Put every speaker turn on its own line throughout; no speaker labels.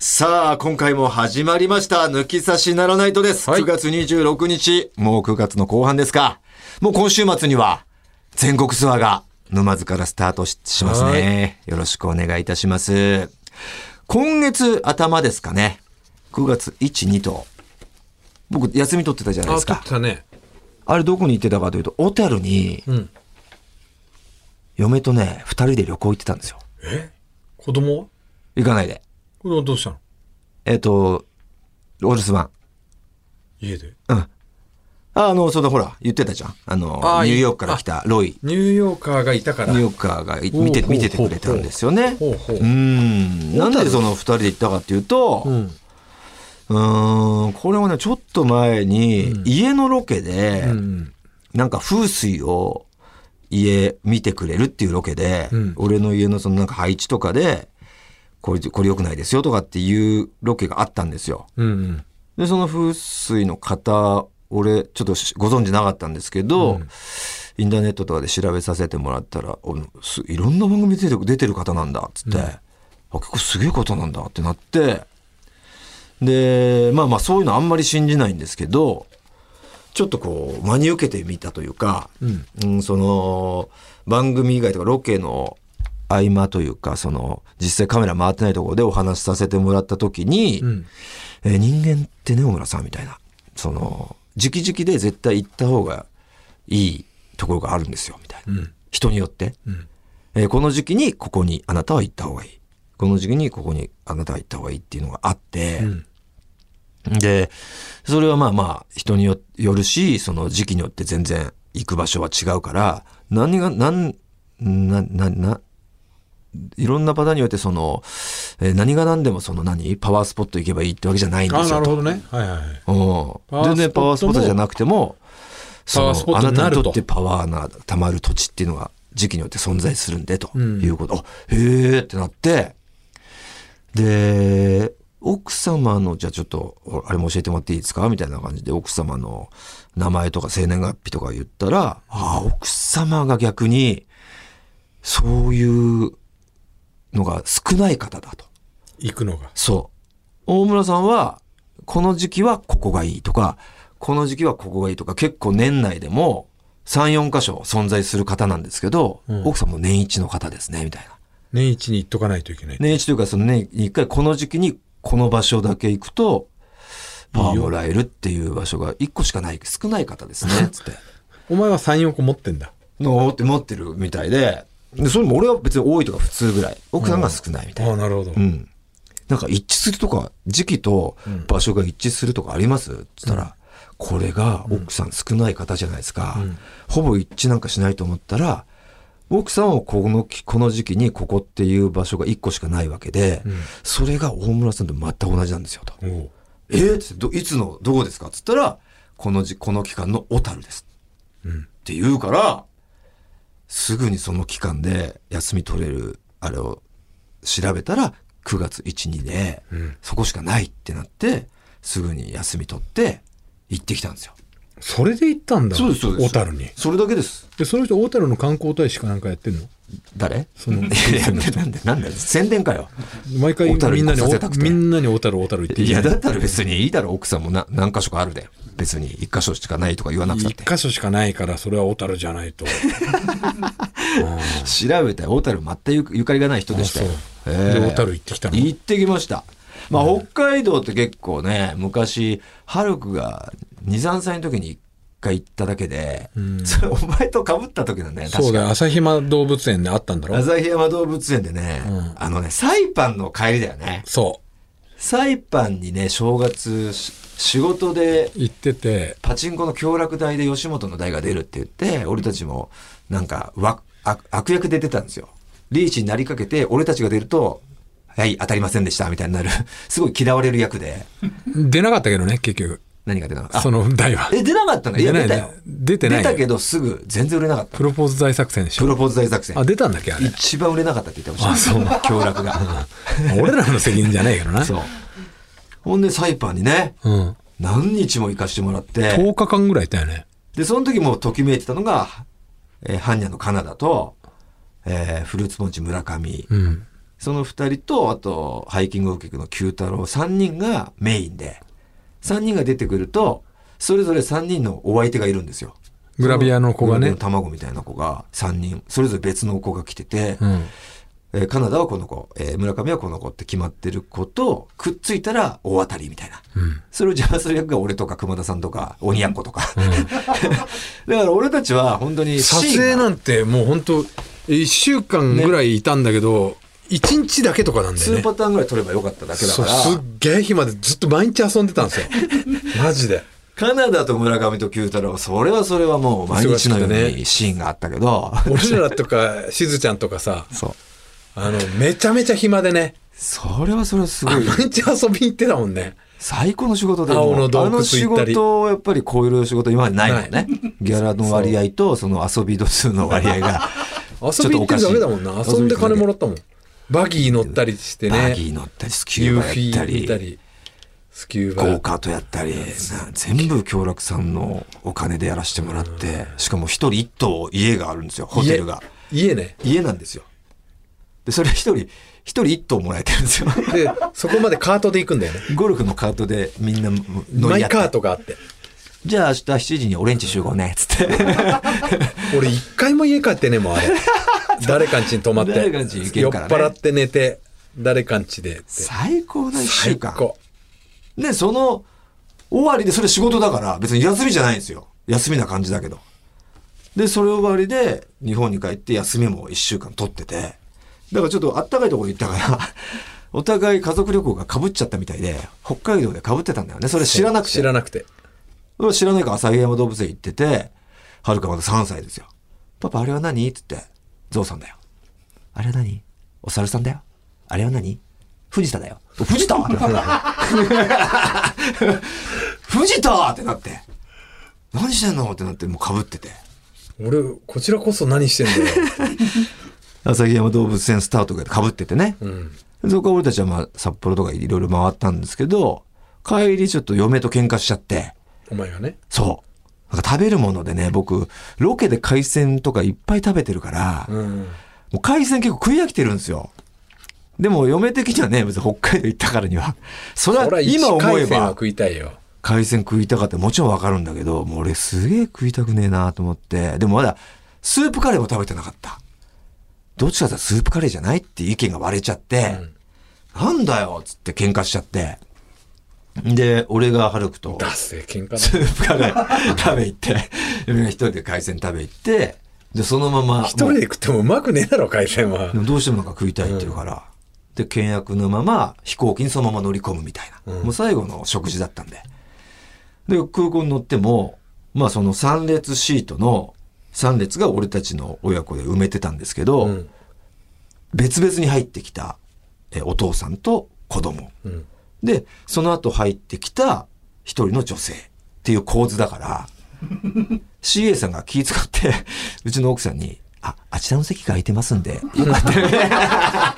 さあ、今回も始まりました。抜き差しならないとです。
はい
9月26日、もう9月の後半ですか。もう今週末には、全国ツアーが沼津からスタートししますね。よろしくお願いいたします。今月頭ですかね。9月1、2と。僕、休み取ってたじゃない
あ、
です
撮っ
か
て。たね。
あれどこに行ってたかというと、小樽に、
うん。
嫁とね、二人で旅行行ってたんですよ。
え子供は
行かないで。
子供どうしたの
えっ、と、お留守番。
家で。
ああの、そのほら、言ってたじゃん。あの、
あー
ニュー
いい
ヨークから来たロイ、
ニューヨーカーがいたから。
ニュー
ほ
ヨーカーがい見
ほ
て
うほう
見ててくれたんですよね。
うほう
うー。ん。なんでその二人で行ったかっていうと、
うん。
うーん、これもね、ちょっと前に、家のロケで、
うん。
なんか風水を家見てくれるっていうロケで、
うん
俺の家のそのなんか配置とかで、これ、これ良くないですよとかっていうロケがあったんですよ。
うん。
で、その風水の方、俺、ちょっとしご存知なかったんですけど、インターネットとかで調べさせてもらったら、おすいろんな番組出てる出てる方なんだ、つって、あ、結構すげえ方なんだってなって、で、まあまあそういうのあんまり信じないんですけど、ちょっとこう、真に受けてみたというか、
うん。
うん、その番組以外とかロケの合間というかその実際カメラ回ってないところでお話しさせてもらった時に、
うん。
えー人間ってね小倉さんみたいなその直々で絶対行った方がいいところがあるんですよみたいな、
うん
人によって、
うん。
えーこの時期にここにあなたは行った方がいいこの時期にここにあなたは行った方がいいっていうのがあって、
うん。
で、それはまあまあ人によよるし、その時期によって全然行く場所は違うから、何が、なん、な、な、な、いろんなパターンによってその、えー何が何でもその何パワースポット行けばいいってわけじゃないんで
あ、
す
な
よ
る
と。
ほどね。はいはいはい。
うん。全然パ
パ
ワ
ワー
ース
スポッ
ポッ
トも
トじゃなくても、そ
パ
の
ワースポッ
あ
ト
な
にな
た
る
に
と
とってパワーが溜まる土地っていうのが時期によって存在するんで、と
うん
いうこと。あ、へえってなって、で、奥様の、じゃあちょっと、おあれも教えてもらっていいですかみたいな感じで、奥様の名前とか生年月日とか言ったら、ああ、奥様が逆に、そういうのが少ない方だと。
行くのが。
そう。大村さんは、この時期はここがいいとか、この時期はここがいいとか、結構年内でも3、4箇所存在する方なんですけど、
うん
奥さんも年一の方ですね、みたいな。
年一に行っとかないといけない。
年一というか、その年に一回この時期にこの場所だけ行くと、パワーもらえるっていう場所が1個しかない、少ない方ですね、つって。
お前は3、4個持ってんだ。
のって持ってるみたいで、で、それも俺は別に多いとか普通ぐらい。奥さんが少ないみたいな。
あなるほど
う。ん。なんか一致するとか、時期と
うん
場所が一致するとかありますって言ったら、これが奥さん少ない方じゃないですか。
うん
ほぼ一致なんかしないと思ったら、奥さんはこのきこの時期にここっていう場所が1個しかないわけで、
うん
それが大村さんと全く同じなんですよと。
おう
えー、ってどいつのどこですかっつったらこのじこの期間の小樽です、
うん
って言うからすぐにその期間で休み取れるあれを調べたら9月12で、
うん
そこしかないってなってすぐに休み取って行ってきたんですよ
それで行ったんだ。
そうですそうです
小樽に。
それだけです
で、その人、小樽の観光大使かなんかやってんの
誰
その
いやいやなんでなんで宣伝かよ
毎回
小樽
みんなに
行かせたくて
みんなに小樽小樽行って
いやだったら別にいいだろ奥さんもな何箇所かあるで別に1箇所しかないとか言わなくたっ
一
て
箇所しかないからそれは小樽じゃないとあ
調べたら小樽全くゆゆかりがない人でしたよ
あ。そう
ええ
で小樽行ってきたの
行ってきました。まあ、北海道って結構ね、昔、ハルクが2、3歳の時に一回行っただけで、
ん
それお前と被った時なんだよ
ー
ね、
そう
確
だ
か
よ旭間動物園であったんだろ
旭山動物園でね、
うん
あのね、サイパンの帰りだよね。
そ
サイパンにね、正月、し仕事で
う行ってて
パチンコの協楽台で吉本の台が出るって言って、俺たちもなんかわ悪悪役で出たんですよ。リーチになりかけて、俺たちが出ると、はい、当たりませんでした、みたいになる。 すごい嫌われる役で。
出なかったけどね結局
何が出なかったあ
その台は
え、出なかったのいや、
出な
出た
い
よ。
出てない
出たけど、すぐ全然売れなかった。
プロポーズ大作戦でし
プ
ょ
ロポーズ大作戦
あ。出たんだっけあれ
一番売れなかったって言ってました。
あ
そう。協楽が。
俺らの責任じゃないけどな
そう。ほんで、サイパンにね、
うん、
何日も行かしてもらって、
10日間ぐらいいたよね
で、その時もうときめいてたのが、えー、ハンニャのカナダと、えーフルーツポンチ村上、
うん
その2人とあとハイキング客の九太郎3人がメインで3人が出てくるとそれぞれ3人のお相手がいるんですよ。
グラビアの子がね
グラビアの卵みたいな子が3人それぞれ別の子が来てて、
うん。
えーカナダはこの子、えー村上はこの子って決まってる子とくっついたら大当たりみたいな。
うん。
それを邪魔する役が俺とか熊田さんとか鬼やんことか、 だから俺たちは本当に
撮
シーンが
影なんてもう本当一週間ぐらいいたんだけど、一日だけとかなんだよ
数
ね。
パターンぐらい撮ればよかっただけだか
そう
ら
すっげえ暇でずっと毎日遊んでたんで すよ。マジで。
カナダと村上と九太郎それはそれはもう毎日のよ
忙し
う
くて
にシーンがあったけど、
俺らとか、しずちゃんとかさ、
そう
あの、めちゃめちゃ暇でね、
それはそれはすごい
毎日遊びに行ってたもんね。
最高の仕事で
青の洞
あ
窟
の仕
行ったり
事をやっぱりこういう仕事今までないもんねギャラの割合とその遊び度数の割合が
遊び行ってるだけだもんな。遊んで金もらったもん。バギー乗ったりしてね。
バギー乗ったりスキュー
ユー
バ
フ
や
ィ
った
ー
り
見たり、スキュー
ゴー
バ
カートやったり、な全部京楽さんのお金でやらせてもらって、しかも一人一棟家があるんですよ、ホテルが。
家ね。
家なんですよ。で、それ一人、一人一棟もらえてるんですよ。
で、そこまでカートで行くんだよね。
ゴルフのカートでみんな乗
マ
り
イ
合っ
カー
て。
トがあって。
じゃあ明日7時にオレンジ集合ね、つって。
俺一回も家帰ってねえもん、あ れ。誰かんちに泊まって。
誰かんち行け
酔
る
っ
からね
払って寝て、誰かんちでって。
最高な一週間。
最高
で、その、終わりで、それ仕事だから、別に休みじゃないんですよ。休みな感じだけど。で、それ終わりで、日本に帰って休みも一週間取ってて、だからちょっとあったかいところに行ったから、 お互い家族旅行が被っちゃったみたいで、北海道で被ってたんだよね。それ知らなくて。
知らなくて。
俺は知らないから旭山動物園行ってて、はるかまだ3歳ですよ。パパ、あれは何って言って、ゾウさんだよ。あれは何お猿さんだよ。あれは何藤田だよ。お藤田藤田ってなって。何してんのってなって、もう被ってて。
俺、こちらこそ何してんだよ。
旭山動物園スタートが被っててね。
うん。
そこは俺たちはまあ札幌とかいろいろ回ったんですけど、帰りちょっと嫁と喧嘩しちゃって、
お前がね。
そう。なんか食べるものでね、僕、ロケで海鮮とかいっぱい食べてるから、も
うん。
う海鮮結構食い飽きてるんですよ。でも、嫁的にはね、別に北海道行ったからには、それ
俺
は
は
今
今
思
思
え
えば。
ば、
食いた いよ。
海鮮食いたかってもちろんわかるんだけど、もう俺すげえ食いたくねえなと思って、でもまだ、スープカレーも食べてなかった。どっちかというとスープカレーじゃないっていう意見が割れちゃって、なんだよっつって喧嘩しちゃって。で、俺がハルクと。
出せ、喧嘩
ス
だ。
ープカレー食べ行って、 嫁が一人で海鮮食べ行って、で、そのまま、
一人で食ってもうまくねえだろ、海鮮は
で。もどうしてもなんか食いたいって言うから、で、倹約のまま飛行機にそのまま乗り込むみたいな、もう最後の食事だったんで。で、空港に乗っても、まあその3列シートの3列が俺たちの親子で埋めてたんですけど、
うん。
別々に入ってきたえお父さんと子供。
うん。
で、その後入ってきた一人の女性っていう構図だから、CA さんが気遣って、うちの奥さんに、あ、あちらの席が空いてますんで、よかったら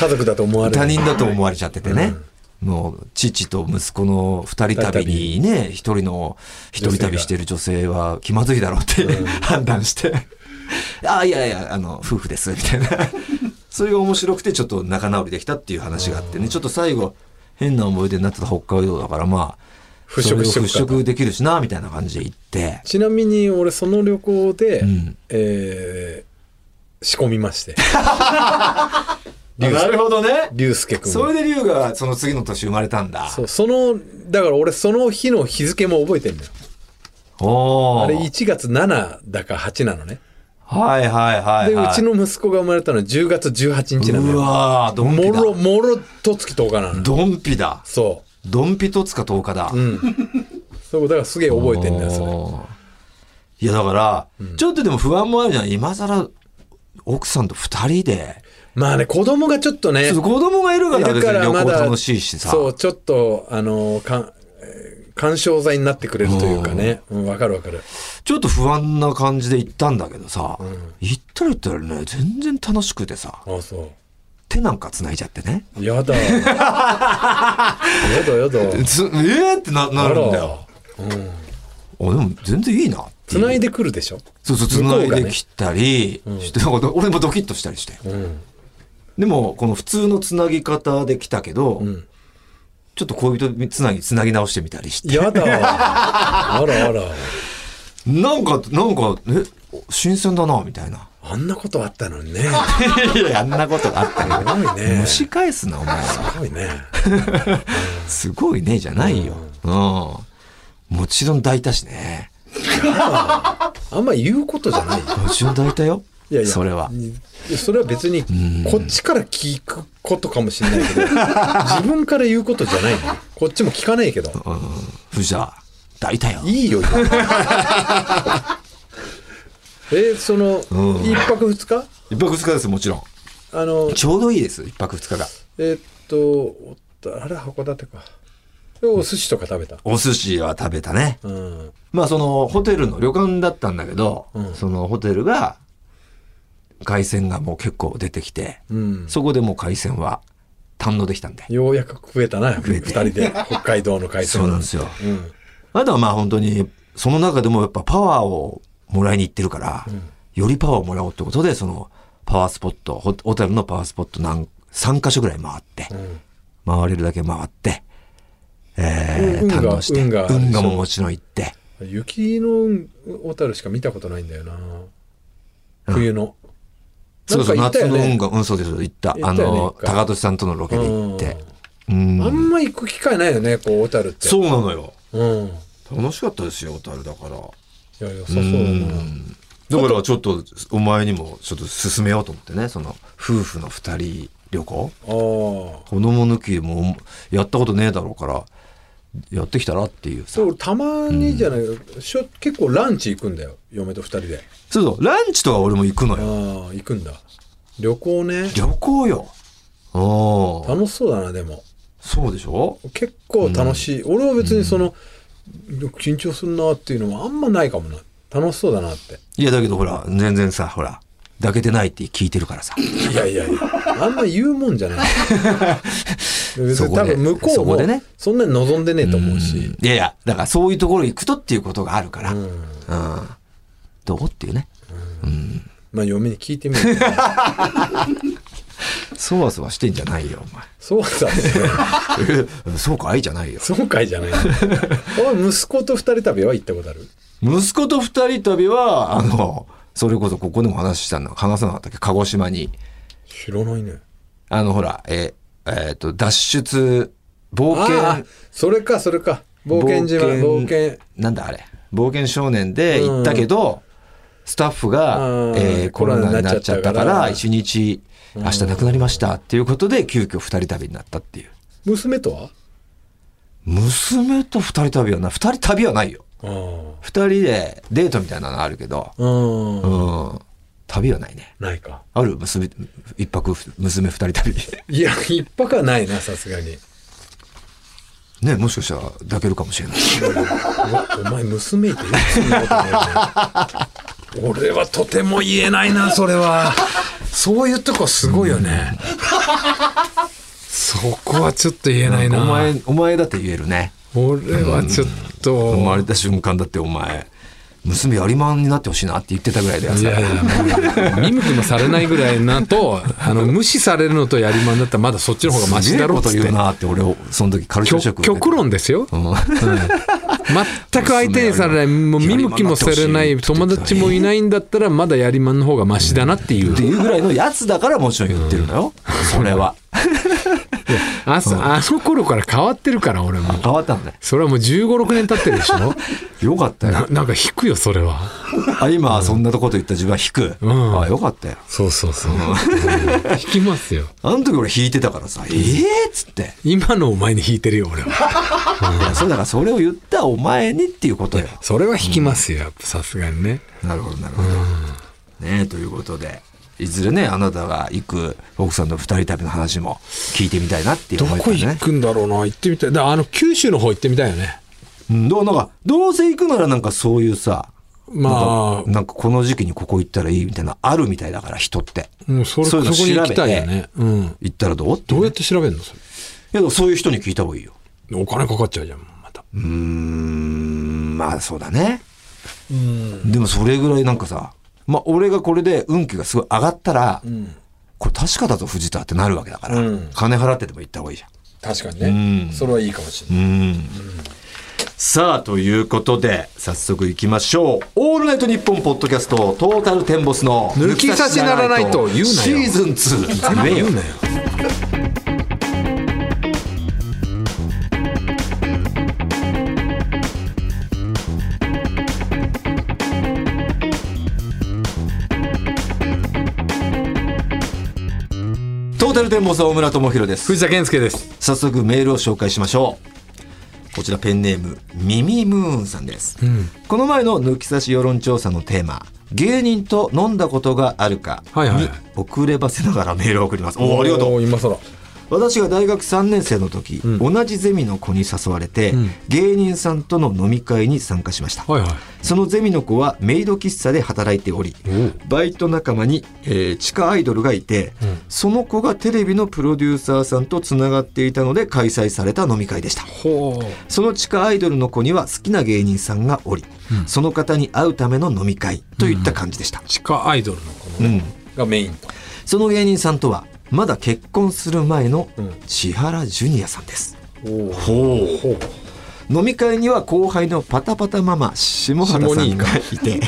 家族だと思われる。
他人だと思われちゃっててね。もう、父と息子の二人旅にね、一人の、一人旅してる女性は気まずいだろうって、判断して、あ、いやいや、あの、夫婦です、みた いな。それが面白くて、ちょっと仲直りできたっていう話があってね、ちょっと最後、変な思い出になってた北海道だから、まあ、
払拭し
そ
と
れ
く
を
か
払拭できるしな、みたいな感じで行って、
ちなみに俺その旅行で、
ん
えー仕込みま して。
なるほどね。
龍介君
そ
は
れで龍がその次の年生まれたんだ。
そうそのだから俺その日の日付も覚えてんのよ
おー
あれ1月7だか8なのね
はいはいはい、
で
はいう
ちの息子が生まれたのは10月18日なの
う
よ
わー、ドンピ
もろ
だ。
もろとつき10日なの
ドンピだ。
そ
ドンピとつか10日だ。
ううんそうだからすげえ覚えてんだよそれ
おーいやだから、ちょっとでも不安もあるじゃん。今更、奥さんと二人で。
まあね子供がちょっとね
ちょっと子供がいるから
いる
別
か
に
ら
旅
ま
行
だ
楽しいしさ。
そうちょっとあのかんえー干渉剤になってくれるというかねうんわ、かるわかる
ちょっと不安な感じで行ったんだけどさ、行ったら行ったらね、全然楽しくてさ、
ああそ
手なんか繋いじゃってね。
うや だやだやだ
つえーってななるんだよ。あ、でも全然いいなっていう。
繋いでくるでしょ
そうそう、
向こ
繋
う
い
がね
できたりして、なんか俺もドキッとしたりして。
うん
でも、この普通のつなぎ方で来たけど、
ん
ちょっと恋人つなぎ、つなぎ直してみたりして。
やだ。あらあら。
なんか、なんか、え、新鮮だな、みたいな。
あんなことあったのにね。
いや、あんなことがあったけど。
すごいね。
蒸
す
し返すな、お前は。
ごいね。
すごいね、じゃないよ。うん。もちろん抱いたしね。
あんま言うことじゃないよ。
もちろん 抱いたよ。
いやいや。
それは。
いや。それは別に、こっちから聞くことかもしれない けど、自分から言うことじゃないのよこっちも聞かないけど。
うん。じゃあ、抱いたよ。
い いよ、今え、その、
うん
一泊二日
一泊二日です、もちろん。
あの、
ちょうどいいです、一泊二日が。
えーっと、おっとあれ、函館か。でお寿司とか食べた。
お寿司は食べたね。
うん。
まあ、その、ホテルの旅館だったんだけど、
うん
そのホテルが、海鮮がもう結構出てきて、
うん。
そこでもう海鮮は堪能できたんで。
ようやく食えたな、二
て
人で。北海道の海鮮。
そうなんですよ。
うん。
あとはまあ本当に、その中でもやっぱパワーをもらいに行ってるから、よりパワーをもらおうってことで、そのパワースポット、ホホテルのパワースポット何、3カ所ぐらい回って、
ん
回れるだけ回って、えー
運運
堪
河
能して、
運河
運河ももちろん行って、
雪の小樽しか見たことないんだよな。冬の。
そうそう、
なんか行った
夏
よ
の運
ね。
河、うん、そうです、行った。
行
あ
ったよね
の、
一回
高俊さんとのロケで行って。うん
あんま行く機会ないよね、こう、小樽って。
そうなのよ。
う。うん。い
楽しかったですよ、小樽だから。
や、良さそうだな。
だからちょっとお前にもちょっと勧めようと思ってねその夫婦の二人旅行
ああ。
子供抜きもやったことねえだろうからやってきたらっていうさ
そう、たまにじゃない、しょ結構ランチ行くんだよ、嫁と二人で。
そうそうランチとか俺も行くのよ
ああ、行くんだ。旅行ね。
旅行よああ
楽しそうだな、でも。
そうでしょ
結構楽しい。俺は別にその、緊張するなっていうのはあんまないかもな。楽しそうだなって。
いやだけどほら全然さほら抱けてないって聞いてるからさ
いやいやいや、あんま言うもんじゃない。別
そこ
に
で
多分向こ
そう
も
こでね
そんなに望んでねえと思うし。
いやいやだからそういうところ行くとっていうことがあるから、
う
うん、
ん。
どうっていうね
まあ嫁に聞いてみるけど。
そわそわしてんじゃないよお前
そうだね。
え そうかいじゃないよ
そうかいじゃない。お前息子と二人旅は行ったことある
息子と二人旅は、あの、それこそここでも話したの、話さなかったっけ鹿児島に、
知らないね。
あの、ほら、え、えっ、と、脱出、冒
ああ
険、、
それか、それか。冒険島、冒険。
なんだあれ、冒険少年で行ったけど、スタッフが
う、ん
えーコロナになっちゃったか
コロナになっちゃったから
ら、一日、明日亡くなりましたっていうことで、急遽二人旅になったっていう。
娘とは
娘と二人旅はな、二人旅はないよ。
あ
二人でデートみたいなのあるけど、
あ。うん。
うん、旅はないね。
ないか。
ある娘、一泊、娘二人旅。
いや、一泊はないな、さすがに。
ね、もしかしたら抱けるかもしれない。
うわお前娘いていつのことねえね俺はとても言えないなそれはそういうとこすごいよねそこはちょっと言えないな
お前、お前だって言えるね。
俺はちょっと、
生まれた瞬間だってお前、娘やりまんになってほしいなって言ってたぐらいだよ。
いやいや、もう見向きもされないぐらいなと、あの、無視されるのとやりまんだったらまだそっちの方がマ
す
シ
げえ
だろう
ことと
言
言
って
う。なって俺を、その時カルチャーショッ
極
ク受けて
極論ですよ。
うん
全く相手にされない、もう見向きもされない、友達もいないんだったらまだやりまんの方がマシだなっていう
って。いうぐらいのやつだからもちろん言ってるのよ。それは。
あそあの頃から変わってるから俺も。
変わったんだよ。
それはもう15、6年経ってるでしょ
よかったよ。
ななんか引くよ、それは。
あ、今そんなこと言った自分は引く。
うん
あ、よかったよ。
そうそうそう。引きますよ。
あの時俺引いてたからさ、ええっつって。
今のお前に引いてるよ、俺は。
いやそうだからそれを言ったお前にっていうことよ。
それは引きますよ、やっぱさすがにね。
なるほどなるほど。ねえということでいずれねあなたが行く奥さんの二人旅の話も聞いてみたいなっていう
ど
思い
こ
で
行
ね。
くんだろうな行ってみたいだからあの九州の方行ってみたいよね
うんどうなんかどうせ行くならなんかそういうさ
まあ
なんかこの時期にここ行ったらいいみたいなあるみたいだから人って
もうそれ
そういうの
そこに行きたいよ
調べ
ねうん
行ったらどうって
どうやって調べるのそ
けどそういう人に聞いた方がいいよ。
れお金かかっちゃうじゃんまた
うーんまあそうだね。でもそれぐらいなんかさまあ俺がこれで運気がすごい上がったら、これ確かだぞ藤田ってなるわけだから、
うん
金払ってでも行った方がいいじゃん。
確かにね。それはいいかもしれない。
さあ、ということで、早速行きましょう。オールナイトニッポンポッドキャスト、トータルテンボスの
抜き差しならないと言うなよ
シーズン2。言えよ
言うなよ
トータルテンボス大村智弘です。
藤田健介です
早速メールを紹介しましょうこちらペンネームミミムーンさんです、この前の抜き差し世論調査のテーマ芸人と飲んだことがあるか
はいはい
に遅ればせながらメールを送りますおーありがとう
う。今更。
私が大学3年生の時、同じゼミの子に誘われて、
ん
芸人さんとの飲み会に参加しました、
はいはい
そのゼミの子はメイド喫茶で働いておりバイト仲間に、えー地下アイドルがいて、その子がテレビのプロデューサーさんとつながっていたので開催された飲み会でした
ほ
その地下アイドルの子には好きな芸人さんがおり、その方に会うための飲み会といった感じでした、
地下アイドルのこの
うん
がメインと。
その芸人さんとはまだ結婚する前の千原ジュニアさんです、
おー
ほう飲み会には後輩のパタパタママ下畑さんがいて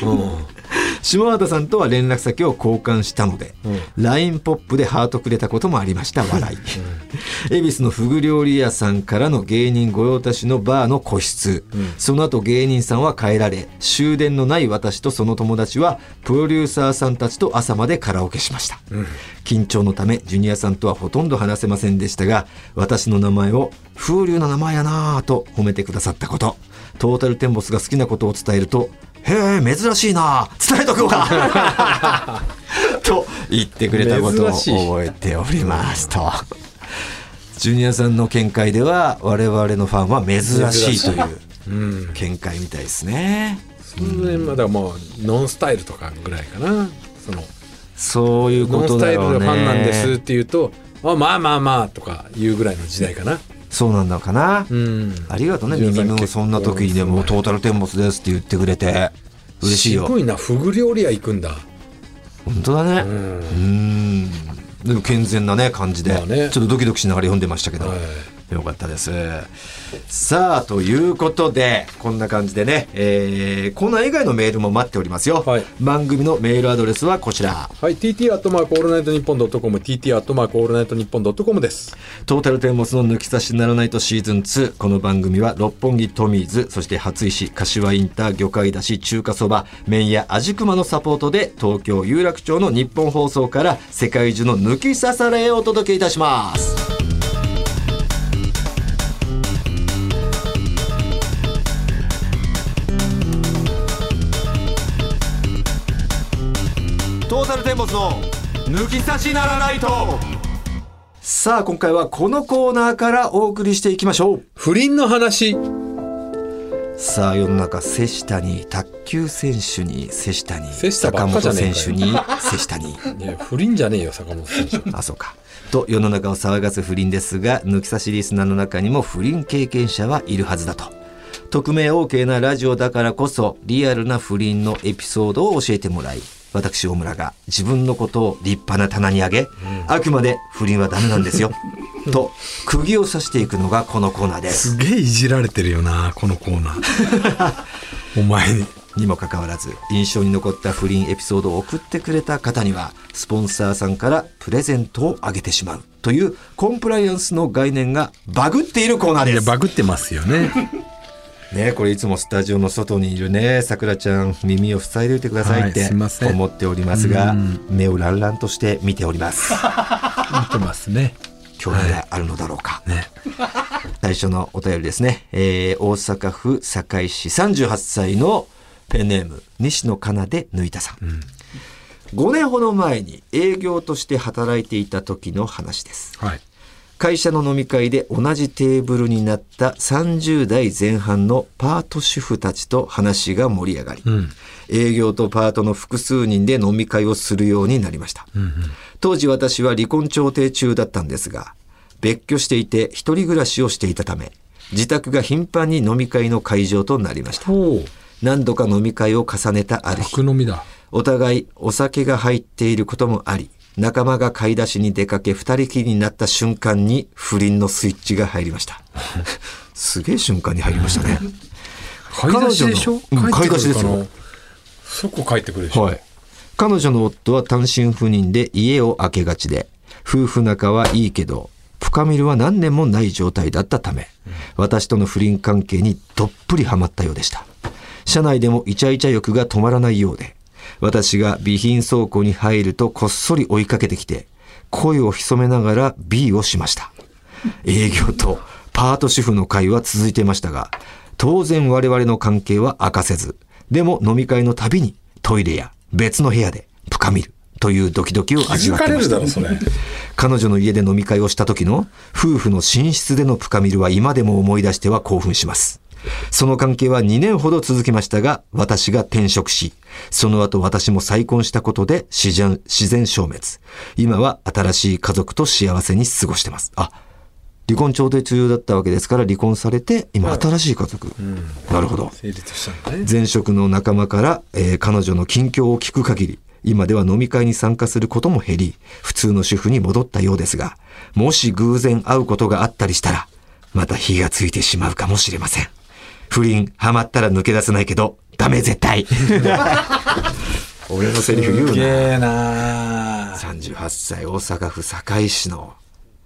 下畑さんとは連絡先を交換したので、LINE ポップでハートくれたこともありました笑い恵比寿のフグ料理屋さんからの芸人御用達のバーの個室、その後芸人さんは帰られ終電のない私とその友達はプロデューサーさんたちと朝までカラオケしました、緊張のためジュニアさんとはほとんど話せませんでしたが私の名前を風流な名前やなぁと褒めてくださったことトータルテンボスが好きなことを伝えると「へえ珍しいなぁ伝えと くわ」と言ってくれたことを
珍しい
覚えておりますと。ジュニアさんの見解では我々のファンは珍しいという見解みたいですね。
それまだまあノンスタイルとかぐらいかな。その
そういう
ノ
こ
ン
と
ス
だ
タイル
ろ
が
うね。
ファンなんですって言うと、あまあまあまあとか言うぐらいの時代かな。
そうなんだかな。
うん。
ありがとうね、
ジュ
ミ
ニアさ
ニ
ん
ムーン
結
そ
構
んな時にでもトータルテンボスですって言ってくれて、嬉しいよ
す。ごいな、フグ料理屋行くんだ。
本当だね。う
うん。
ーん。でも健全なね、感じで、
まあね
ちょっとドキドキしながら読んでましたけど、
は
よかったです。さあ、ということで、こんな感じでね、えー、コーナー以外のメールも待っておりますよ。
はい
番組のメールアドレスはこちら。
はい、TT アットマークオールナイトニッポンドットコム、TT アットマークオールナイトニッポンドットコムです。
トータルテンボスの抜き差しならないとシーズン2。この番組は六本木トミーズ、そして初石、柏インター、魚介だし、中華そば、麺屋、味熊のサポートで、東京有楽町の日本放送から世界中の抜き差されをお届けいたします。トータルテンボスの抜き差しならないとさあ今回はこのコーナーからお送りしていきましょう
不倫の話。
さあ世の中瀬下に卓球選手に瀬下に
瀬下ば
坂
っ
本
かじゃねえ
選
かよ
手に 瀬下に
いや、不倫じゃねえよ、坂本選手。
あそうかと世の中を騒がす不倫ですが抜き差しリスナーの中にも不倫経験者はいるはずだと匿名 OK なラジオだからこそリアルな不倫のエピソードを教えてもらい私大村が自分のことを立派な棚に上げ、あくまで不倫はダメなんで すよと釘を刺していくのがこのコーナーです
すげえいじられてるよな、このコーナー。 お前に。
にもかかわらず印象に残った不倫エピソードを送ってくれた方にはスポンサーさんからプレゼントをあげてしまうというコンプライアンスの概念がバグっているコーナー
い
で
や、
す。
バグってますよね。
ねこれいつもスタジオの外にいるねさくらちゃん耳を塞いでおいてくださいっ
は
て
いすいません
思っておりますが目をランランとして見てお ります。
見てますね。
興味があるのだろうか。
ね。
最初のお便りですね、えー大阪府堺市38歳のペンネーム西野かなで抜いたさん、5年ほど前に営業として働いていた時の話です
はい。
会社の飲み会で同じテーブルになった30代前半のパート主婦たちと話が盛り上がり、
うん。
営業とパートの複数人で飲み会をするようになりました、
うんうん。
当時私は離婚調停中だったんですが、別居していて一人暮らしをしていたため、自宅が頻繁に飲み会の会場となりました。
おお。
何度か飲み会を重ねたある日、
服飲みだ。
お互いお酒が入っていることもあり、仲間が買い出しに出かけ二人きりになった瞬間に不倫のスイッチが入りましたすげえ瞬間に入りましたね
買い出しでしょ
彼女のうん買い出
帰っ
し
て
で
く
す
るかな
よ
そこ帰ってくるでしょ、
はい。彼女の夫は単身赴任で家を空けがちで、夫婦仲はいいけど、プカミルは何年もない状態だったため、私との不倫関係にどっぷりハマったようでした。社内でもイチャイチャ欲が止まらないようで、私が備品倉庫に入るとこっそり追いかけてきて、声を潜めながら B をしました。営業とパート主婦の会は続いていましたが、当然我々の関係は明かせず、でも飲み会のたびにトイレや別の部屋でプカ見るというドキドキを
気づ
味わっ
か
て
れ
ま
る
し
だ
た
ろ。それ
彼女の家で飲み会をした時の夫婦の寝室でのプカミルは今でも思い出しては興奮します。その関係は2年ほど続きましたが、私が転職し、その後私も再婚したことで自然、自然消滅。今は新しい家族と幸せに過ごしてます。あ、離婚調停中だったわけですから離婚されて、今新しい家族。なるほど。
成立したんだね
前職の仲間から、えー彼女の近況を聞く限り、今では飲み会に参加することも減り、普通の主婦に戻ったようですが、もし偶然会うことがあったりしたら、また火がついてしまうかもしれません。不倫、ハマったら抜け出せないけど、ダメ絶 対。俺のセリフ言
すげ
うな。
えなあ
38歳、大阪府堺市の。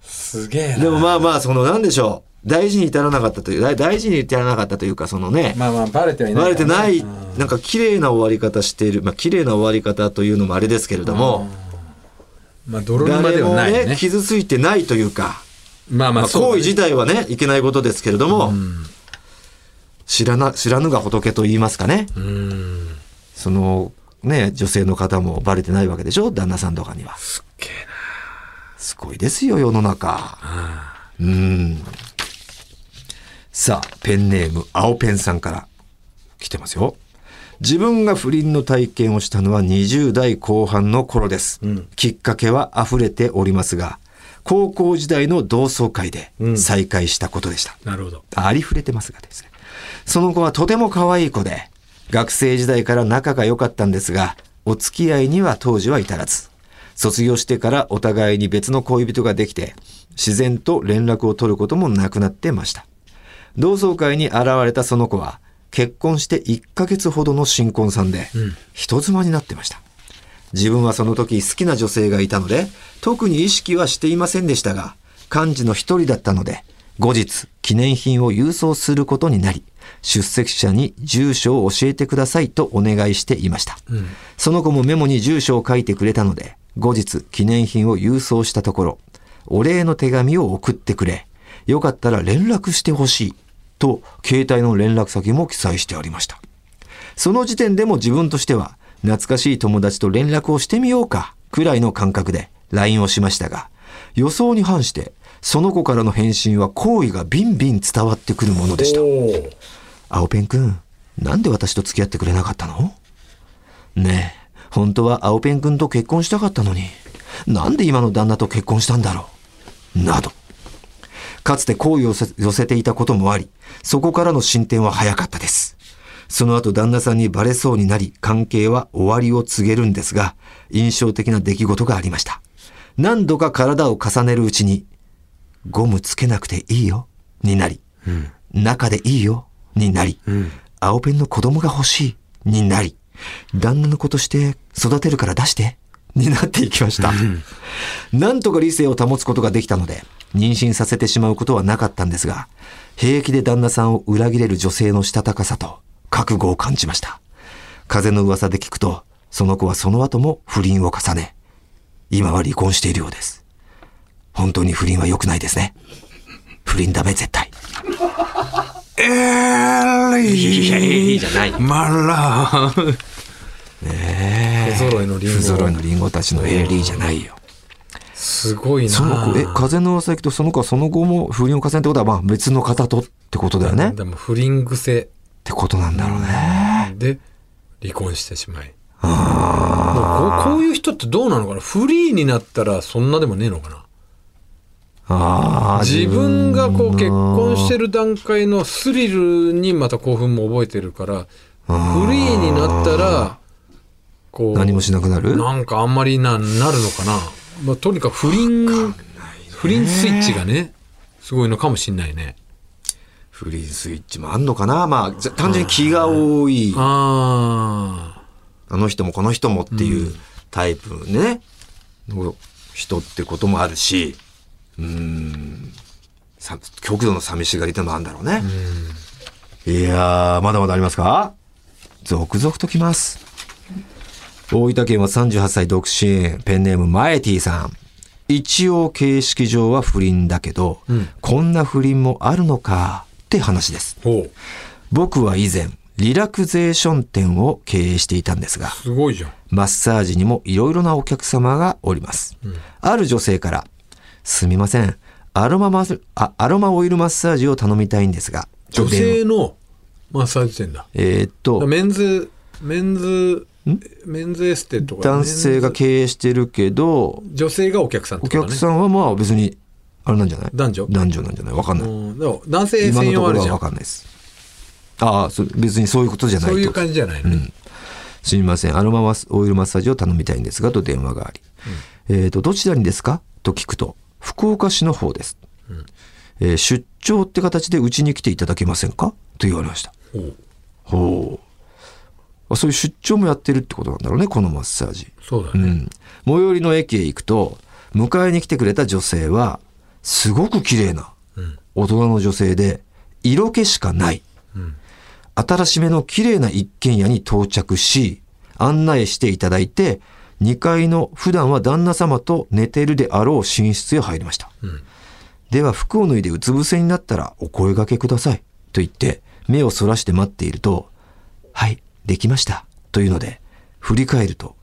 すげえなあ
でもまあ まあ、その、なんでしょう。大事に至らなかったという、大大事に至らなかったというか、そのね、
まあまあバレてはいない
バレてない、
うん
なんか綺麗な終わり方している、まあ綺麗な終わり方というのもあれですけれども、
まあ泥沼
誰
では
も
ないよ
ね、
ね
傷ついてないというか、
まあま
まあ
あそうだ
行為
ね
自体はね、いけないことですけれども、知らな、知らぬが仏と言いますかね、その、ね、女性の方もバレてないわけでしょ旦那さんとかには。す
げえ
すごいですよ、世の中。うん。さあ、ペンネーム、青ペンさんから来てますよ。自分が不倫の体験をしたのは20代後半の頃です。きっかけは溢れておりますが、高校時代の同窓会で再会したことでした。
なるほど
ありふれてますがですね。その子はとても可愛い子で、学生時代から仲が良かったんですが、お付き合いには当時は至らず、卒業してからお互いに別の恋人ができて、自然と連絡を取ることもなくなってました。同窓会に現れたその子は、結婚して1ヶ月ほどの新婚さんで、人妻になってました。自分はその時好きな女性がいたので、特に意識はしていませんでしたが、幹事の一人だったので、後日、記念品を郵送することになり、出席者に住所を教えてくださいとお願いしていました。その子もメモに住所を書いてくれたので、後日、記念品を郵送したところ、お礼の手紙を送ってくれ、よかったら連絡してほしい、と、携帯の連絡先も記載してありました。その時点でも自分としては、懐かしい友達と連絡をしてみようか、くらいの感覚で LINE をしましたが、予想に反して、その子からの返信は好意がビンビン伝わってくるものでした。
おー
青ペンくん、なんで私と付き合ってくれなかったのねえ、本当は青ペンくんと結婚したかったのに、なんで今の旦那と結婚したんだろうなど。かつて好意を寄せ寄せていたこともあり、そこからの進展は早かったです。その後旦那さんにバレそうになり、関係は終わりを告げるんですが、印象的な出来事がありました。何度か体を重ねるうちに、ゴムつけなくていいよ、になり、中でいいよ、になり、青ペンの子供が欲しい、になり、旦那の子として育てるから出して、になっていきました。なんとか理性を保つことができたので、妊娠させてしまうことはなかったんですが、平気で旦那さんを裏切れる女性のしたたかさと、覚悟を感じました。風の噂で聞くと、その子はその後も不倫を重ね、今は離婚しているようです。本当に不倫は良くないですね。不倫ダメ絶対。
えー
いやいやいやじゃない
マラー
不揃いのリンゴ
不揃いのリンゴたちのエリーじゃないよ。
すごいな
その子、え、風の噂行くとその子はその後も不倫を重ねってことは、まあ別の方とってことだよね。っ
でも不倫癖
てことなんだろうね。
で離婚してしまいあここういう人ってどうなのかなフリーになったらそんなでもねえのかな
ああ、
自分がこう結婚してる段階のスリルにまた興奮も覚えてるからフリーになったら
こう
何もしなくなる
なんかあんまりななるのかな、まあ、とにかく不倫、不倫スイッチがねすごいのかもしんないね
フリースイッチもあんのかなまあざ単純に気が多い
あ
あの人もこの人もっていうタイプね、の人ってこともあるしうーんさ極度の寂しがりってのもあるんだろうねいやーまだまだありますか続々ときます大分県は38歳独身ペンネームマエティさん一応形式上は不倫だけど、こんな不倫もあるのかって話です
あほう
僕は以前リラクゼーション店を経営していたんですが
すごいじゃん
マッサージにもいろいろなお客様がおります、ある女性から「すみませんアロママスあアロマオイルマッサージを頼みたいんですが」
女
電話
性のマッサージ店だ
えーっと
メンズメンズメンズエステとか
男性が
メンズ
経営してるけど
女性がお客さんって
お
ことかね
客さんはまあ別にあれなんじゃない
男女
男女なんじゃないわかんない
うんでも男性
今
専
のと
用
こ
あ
ろ
る
は
じゃ
わ
ん
かんないですああそ別にそういうことじゃない
そ
と
ういう感じじゃないのね、
すみません、アロママスオイルマッサージを頼みたいんですが、と電話があり、えっ、と、どちらにですかと聞くと、福岡市の方です。えー出張って形でうちに来ていただけませんかと言われました。
ほう
ほうあ。そういう出張もやってるってことなんだろうね、このマッサージ。
そうだ
う
ね、
ん。最寄りの駅へ行くと、迎えに来てくれた女性は、すごく綺麗な、大人の女性で、色気しかない。新しめの綺麗な一軒家に到着し、案内していただいて、2階の普段は旦那様と寝てるであろう寝室へ入りました。では服を脱いでうつ伏せになったらお声掛けください。と言って、目をそらして待っていると、はい、できました。というので、振り返ると、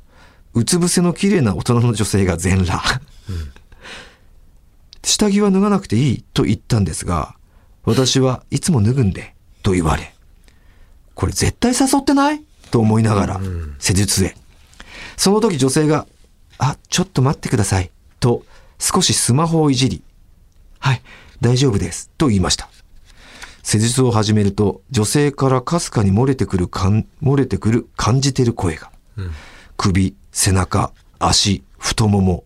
うつ伏せの綺麗な大人の女性が全裸。下着は脱がなくていいと言ったんですが、私はいつも脱ぐんで、と言われ、これ絶対誘ってないと思いながら、施術へ。その時女性が、あ、ちょっと待ってください。と、少しスマホをいじり、はい、大丈夫です。と言いました。施術を始めると、女性からかすかに漏れてくるかん、漏れてくる感じてる声が。首、背中、足、太もも。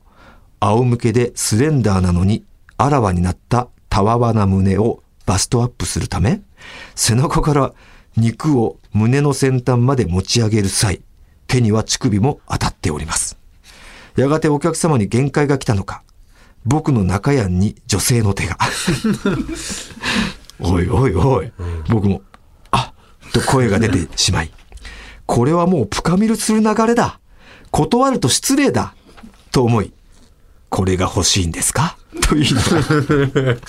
仰向けでスレンダーなのに、あらわになったたわわな胸をバストアップするため、背中から肉を胸の先端まで持ち上げる際、手には乳首も当たっております。やがてお客様に限界が来たのか、僕の中やんに女性の手が。 おいおいおい、僕も、あと声が出てしまい、これはもうプカミルする流れだ。断ると失礼だ。と思い、これが欲しいんですかと言いながら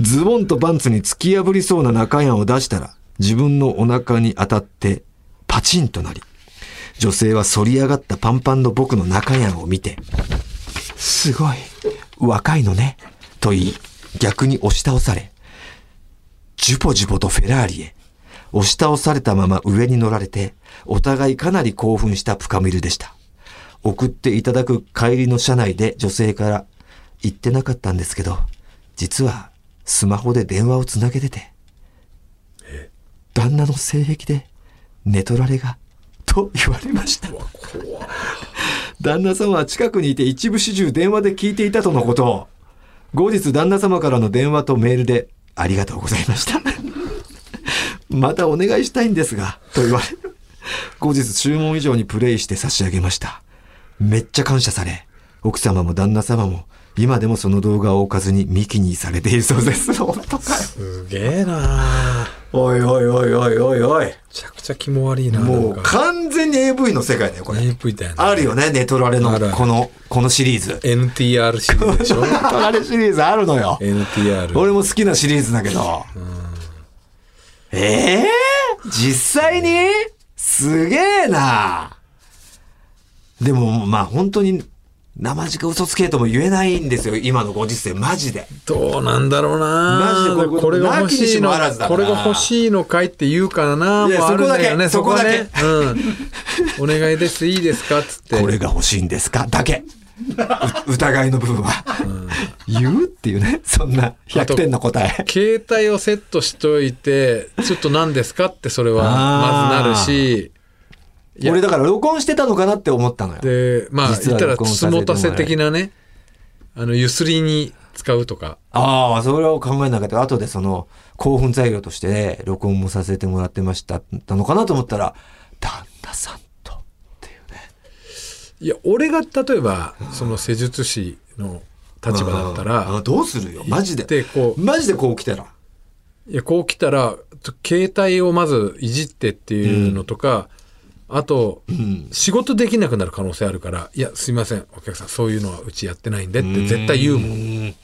ズボンとパンツに突き破りそうな中やんを出したら、自分のお腹に当たって、パチンとなり、女性は反り上がったパンパンの僕の中やんを見て、すごい、若いのね、と言い、逆に押し倒され、ジュポジュポとフェラーリへ、押し倒されたまま上に乗られて、お互いかなり興奮したプカミルでした。送っていただく帰りの車内で女性から、言ってなかったんですけど、実はスマホで電話をつなげてて、旦那の性癖で寝取られが、と言われました。旦那様は近くにいて一部始終電話で聞いていたとのこと。後日旦那様からの電話とメールでありがとうございました。またお願いしたいんですが、と言われ、後日注文以上にプレイして差し上げました。めっちゃ感謝され、奥様も旦那様も今でもその動画を置かずにミキにされているそうです。本当かよ
すげえな
おいおいおいおいおいおい。
めちゃくちゃ気も悪いな
も
な
うん
か
完全に AV の世界だよ、これ。
AV だよね
あるよね、ネトラレ
あ
の
るある
この、このシリーズ。
NTR シリーズでしょ
ネトラレシリーズあるのよ。
NTR
俺も好きなシリーズだけど。ええ実際にすげえな。でも、まあ本当に、生地か嘘つけとも言えないんですよ、今のご時世、マジで。
どうなんだろうな
マジでこれ
れが欲しいの
なきにしもあらずだな
これが欲しいのかいって言うからない
や
もうあるんよね
そこだけ
ねうん、お願いですいいですかっつって
これが欲しいんですかだけ。う 疑いの部分は。言うっていうね、そんな100点の答え。
携帯をセットしといてちょっと何ですかってそれは
あー
まずなるし
いや
俺だから録音してたのかなって思ったのよ。
でまあ
実
言
は
ったら
録音させても
つ
ら
も
え
たせ的なねあのゆすりに使うとか
ああ、それを考えなかった。後でその、興奮材料として、録音もさせてもらってました、たのかなと思ったら、旦那さんと、っていうね。
いや俺が例えばその施術師の立場だった
ああ
ら
どうするよ、マジで。
でこ
マジでこう来たら。
ういやこう来たらと携帯をまずいじってっていうのとか、あと、仕事できなくなる可能性あるから「いやすいませんお客さんそういうのはうちやってないんで」って絶対言うもん。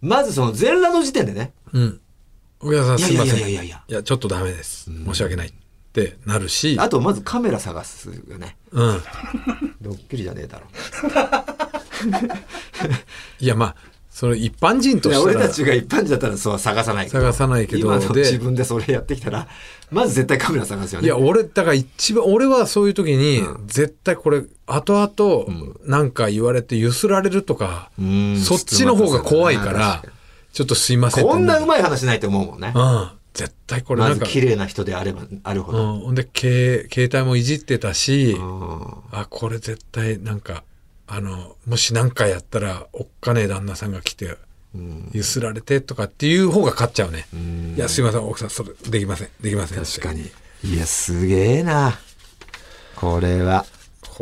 まずその全裸の時点でね。
うん、お客さん
いや
す
い
い
や
ま
いやい
せん
やいやいや
いやちょっとダメです申し訳ないってなるし、
あと、まずカメラ探すよね。
うん、
ドッキリじゃねえだろ。
いやまあその一般人と
い
し
や
た
俺
ら
たちが一般人だったらそうは探さないけど
探さないけど
今の
で
自分でそれやってきたらまず絶対カメラ探すよね
いや俺だから一番俺はそういう時に絶対これ後々なんか言われてゆすられるとか、
ん
そっちの方が怖いからちょっとすいません
こんなう
い、
まい話ないと思うもんね
うん、絶対これ
ま
なん
ず
か、
綺麗な人であればあるほ
う
ど、
ん、ほんで携携帯もいじってたし、
うん
あこれ絶対なんかあのもし何かやったらおっかねえ旦那さんが来てゆすられてとかっていう方が勝っちゃうね、いやすいません奥さんそれできませんできませんって
確かにいやすげえなこれは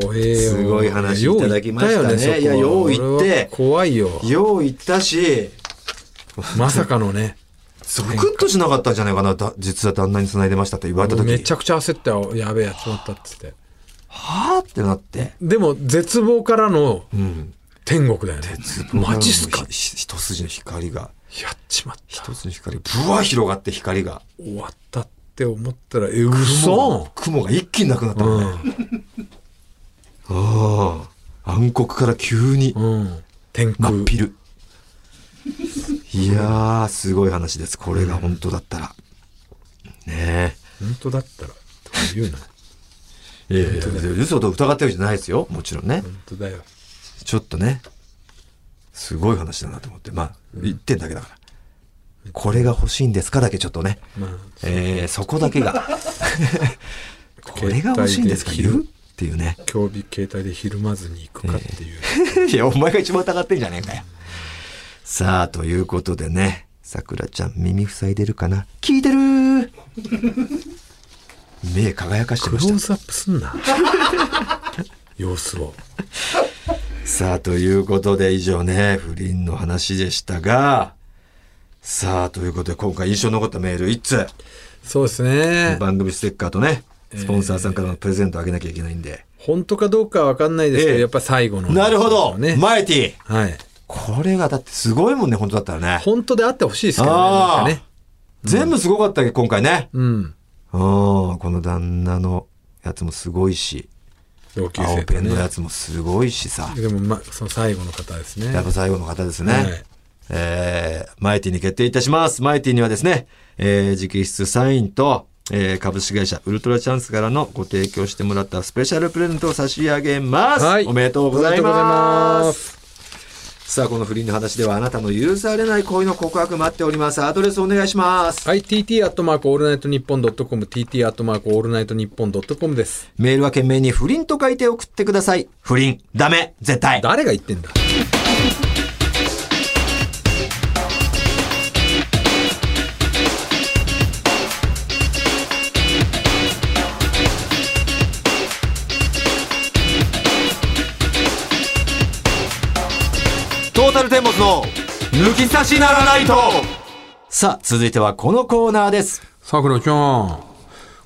怖えよ
すごい話いただきましたね
よう言った
いやよう言
よ
って
俺は怖いよ
よう言ったし
まさか のね
ゾクッとしなかったんじゃないかなだ実は旦那に繋いでましたって言われた時
めちゃくちゃ焦ったよやべえやつまったっつって
はあってなって
でも絶望からの天国だよね、マジっすか
ひひ一筋の光が
やっちまった
一つの光ぶわ広がって光が
終わったって思ったらえ嘘
雲が一気になくなったもんね、ああ暗黒から急に
うん天空
真っ昼いやーすごい話ですこれが本当だったらね
本当だったらとか言うな
えいやいや嘘と疑ってるわけじゃないですよもちろんね
本当だよ
ちょっとねすごい話だなと思ってまあ1点だけだからこれが欲しいんですかだけちょっとね、えーそこだけ がこれが欲しいんですか言うっていうね
競技携帯でひるまずに行くかって いう、
いや、お前が一番疑ってんじゃねえかよ。さあ、ということでね、さくらちゃん耳塞いでるかな聞いてるー 目輝かして
クロ
ました。
ーズアップすんな 様子を
さあ、ということで以上ね、不倫の話でしたが、さあ、ということで今回印象に残ったメール1通、
そうですね
番組ステッカーとね、スポンサーさんからのプレゼントあげなきゃいけないんで。
本当かどうかは分かんないですけど、
ええ
やっぱ最後の、
なるほど、
ね、
マイティ
はい
これがだってすごいもんね、本当だったらね。
本当であってほしいですけどねなん
あ
か
あ、
ね
全部すごかったけど、今回ね。
うん
うん、この旦那のやつもすごいし、
同級
青
生
ペ
と
ンの
ね
やつもすごいしさ、
でもまあその最後の方ですね
やっぱ最後の方ですね。
はい
えーマイティに決定いたします。マイティにはですね、えー直筆サインと、えー株式会社ウルトラチャンスからのご提供してもらったスペシャルプレゼントを差し上げます。
はい
おめでとうござい
おめでとうござい
ま。
ます
さあ、この不倫の話ではあなたの許されない恋の告白待っております。アドレスお願いします。
はい TT アットマークオールナイトニッポンドットコム TT アットマークオールナイトニッポンドットコムです
メールは懸命に不倫と書いて送ってください。不倫、ダメ、絶対。
誰が言ってんだ
トータルテンボスの抜き差しならないとさあ、続いてはこのコーナーです。
さくらちゃん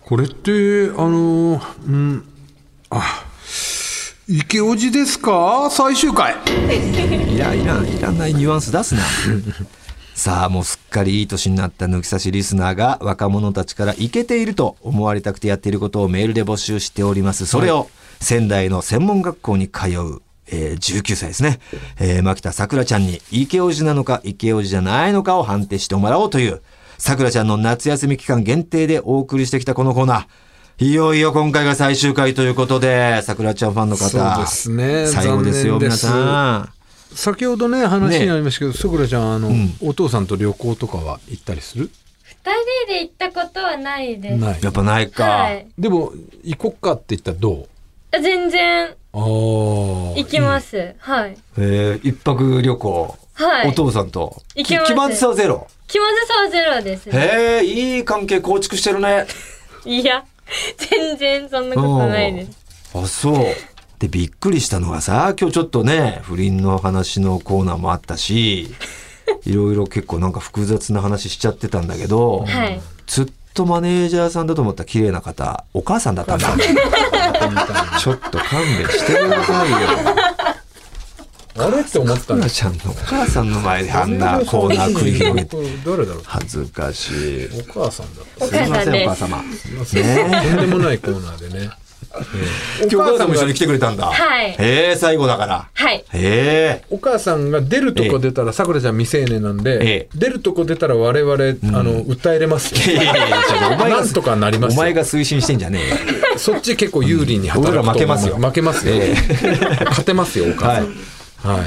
これってあのうんあ池おじですか最終回
いや、いらん、いらないニュアンス出すな。 さあ、もうすっかりいい年になった抜き差しリスナーが若者たちからイケていると思われたくてやっていることをメールで募集しております。それを仙台の専門学校に通う。えー19歳ですね。えー、牧田さくらちゃんに、イケおじなのか、イケおじじゃないのかを判定してもらおうという、さくらちゃんの夏休み期間限定でお送りしてきたこのコーナー。いよいよ今回が最終回ということで、さくらちゃんファンの方。
そうですね
最後ですよ、
残
皆
念です
さん。
先ほどね話になりましたけどさくらちゃんあの、お父さんと旅行とかは行ったりする
人で行ったことはないです。
ない
やっぱないか、
はい。
でも行こっかって言ったらどう
全然
ああ
行きます。はい。
えー一泊旅行、
はい
お父さんと
行けます
気まずさはゼロ
気まずさはゼロですね。
へえいい関係構築してるね
いや、全然そんなことないです。
あそうでびっくりしたのがさ今日ちょっとね不倫の話のコーナーもあったし いろいろ結構なんか複雑な話しちゃってたんだけど、
はい
ずっとマネージャーさんだと思った綺麗な方お母さんだったんだちょっと勘弁してくださいよ
あれって思った
さ
の
くらちゃんのお母さんの前であんなコーナー繰り広げて
これ誰だろう
恥ずかしい
お母さんだった
お
すい
母
ま
さん
せんお
で
母
す。
様
すいませんとんでもないコーナーでね
今日お母さんも一緒に来てくれたんだ
はい
へえ最後だから
はい。
へえ
お母さんが出るとこ出たらさくらちゃん未成年なんで
ええ
出るとこ出たら我々あの訴えれます
い
よ
やいやいやちょっとお前が
なんとかなります
お前
よ
が推進してんじゃねえよ
そっち結構有利に働くと思
俺ら
う
負けますよ
負けますよ
え
勝てますよお母
は
さ
い
んはい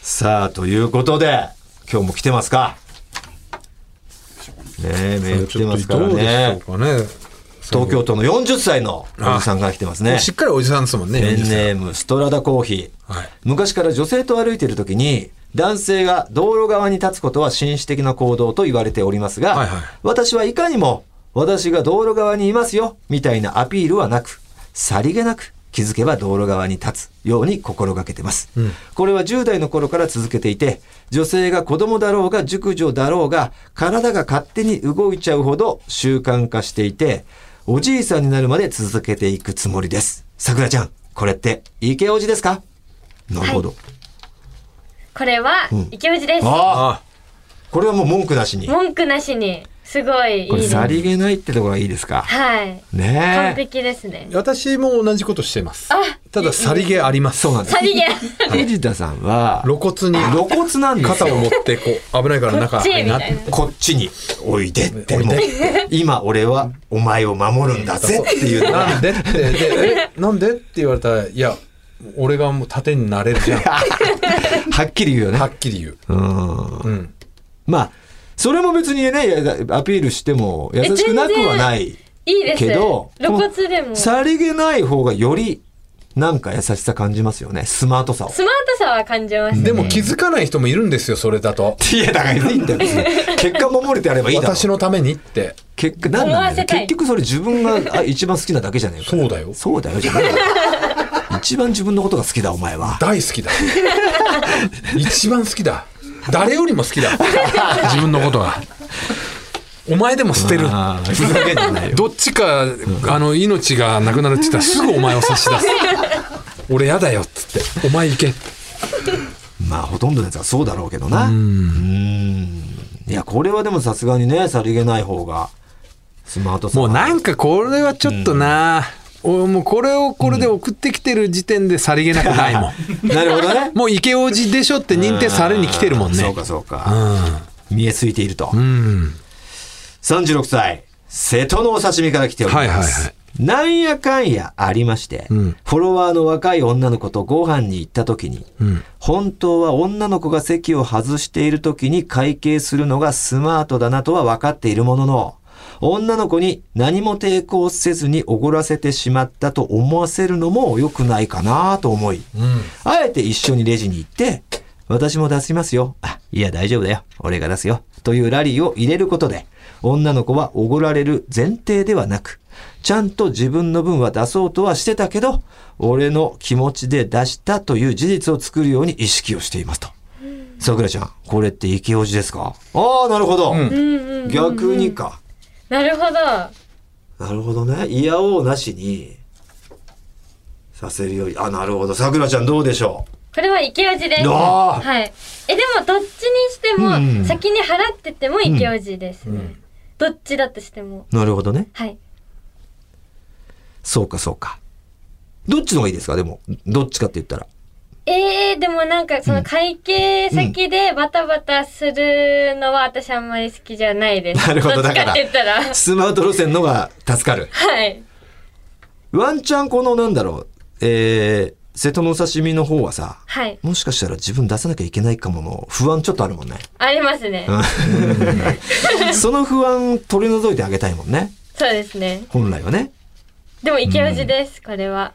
さあということで今日も来てますかねえメール来てますから
どうで
ね
しょうかね
東京都の40歳のおじさんが来てますね
しっかりおじさんですもんね
ペンネームストラダコーヒー、
はい
昔から女性と歩いている時に男性が道路側に立つことは紳士的な行動と言われておりますが、
はいはい
私はいかにも私が道路側にいますよみたいなアピールはなくさりげなく気づけば道路側に立つように心がけてます、これは10代の頃から続けていて女性が子供だろうが熟女だろうが体が勝手に動いちゃうほど習慣化していておじいさんになるまで続けていくつもりですさくらちゃんこれって池おじですかなるほど、
これは、池内です。
ああ
あ
これはもう文句なしに
文句なしに、すごいいい
これ
です。
さ
は
りげないってところがいいですか
い。完
ねえ
璧ですね。
私も同じことしてます
あ
たださりげあります
そうなんです
さりげ。
藤田さんは
露骨に
露骨なんです
肩を
よ
持ってこう危ないから中
こっちみたいな
入んな
こっちにおいでって
おいで
もう今俺はお前を守るんだぜっていうのが
なんでってでえなんでって言われたらいや俺がもう盾になれるじゃんは
はっきり言うよね
っきり言う
うん
うん
まあそれも別にねいやアピールしても優しくなくはない
いいです。
けど
露骨でも。スマー
さりげない方がよりなんか優しさ感じますよねスマートさを
トさは感じますね。
でも気づかない人もいるんですよそれだと
いやだからいいんだよ別 に結果守れてやればいいだろ
私のためにって
結果なん
思
な
わ
んだ
せ
よ
たい
結局それ自分があ一番好きなだけじゃねえか
そうだよ
そうだよじゃないよ一番自分のことが好きだお前は
大好き だ一番好きだ誰よりも好き だ自分のことがお前でも捨てる
あーふざけんじゃないよ
どっちか、あの命がなくなるって言ったらすぐお前を差し出 す俺やだよっつってお前行け
まあほとんどのやつはそうだろうけどなうーんいやこれはでもさすがにねさりげない方がスマートさ
もうなんんかこれはちょっとな、おもうこれをこれで送ってきてる時点でさりげなくないもん、
なるほどね
もうイケオジでしょって認定されに来てるもんね
そうかそうか見えすいていると
うん
36歳瀬戸のお刺身から来ております、
はいはいはい
なんやかんやありまして、
ん
フォロワーの若い女の子とご飯に行った時に、本当は女の子が席を外している時に会計するのがスマートだなとは分かっているものの、女の子に何も抵抗せずにおごらせてしまったと思わせるのも良くないかなと思い、あえて一緒にレジに行って、私も出しますよ。あ、いや大丈夫だよ。俺が出すよ。というラリーを入れることで、女の子はおごられる前提ではなく、ちゃんと自分の分は出そうとはしてたけど、俺の気持ちで出したという事実を作るように意識をしていますと。さくらちゃん、これって池おじですかああ、なるほど。逆にか。
なるほど。
なるほどね。いやおうなしにさせるより、あ、なるほど。さくらちゃんどうでしょ
これは池オジです。
うわあ
はい。え、でもどっちにして
う
も、
ん
先に払ってても池オジですね。どっちだとしても。
なるほどね。
はい。
そうか、そうか。どっちの方がいいですかでも、どっちかって言ったら。
えー、でもなんかその会計先でバタバタするのは私あんまり好きじゃないです。
なるほど
っちかって言ったら。
スマート路線のが助かる。
はい。
ワンチャンこのなんだろう、えー瀬戸のお刺身の方はさ、
はい。
もしかしたら自分出さなきゃいけないかもの不安ちょっとあるもんね。
ありますね。
その不安取り除いてあげたいもんね。
そうですね。
本来はね。
でも、イケオジです、これは。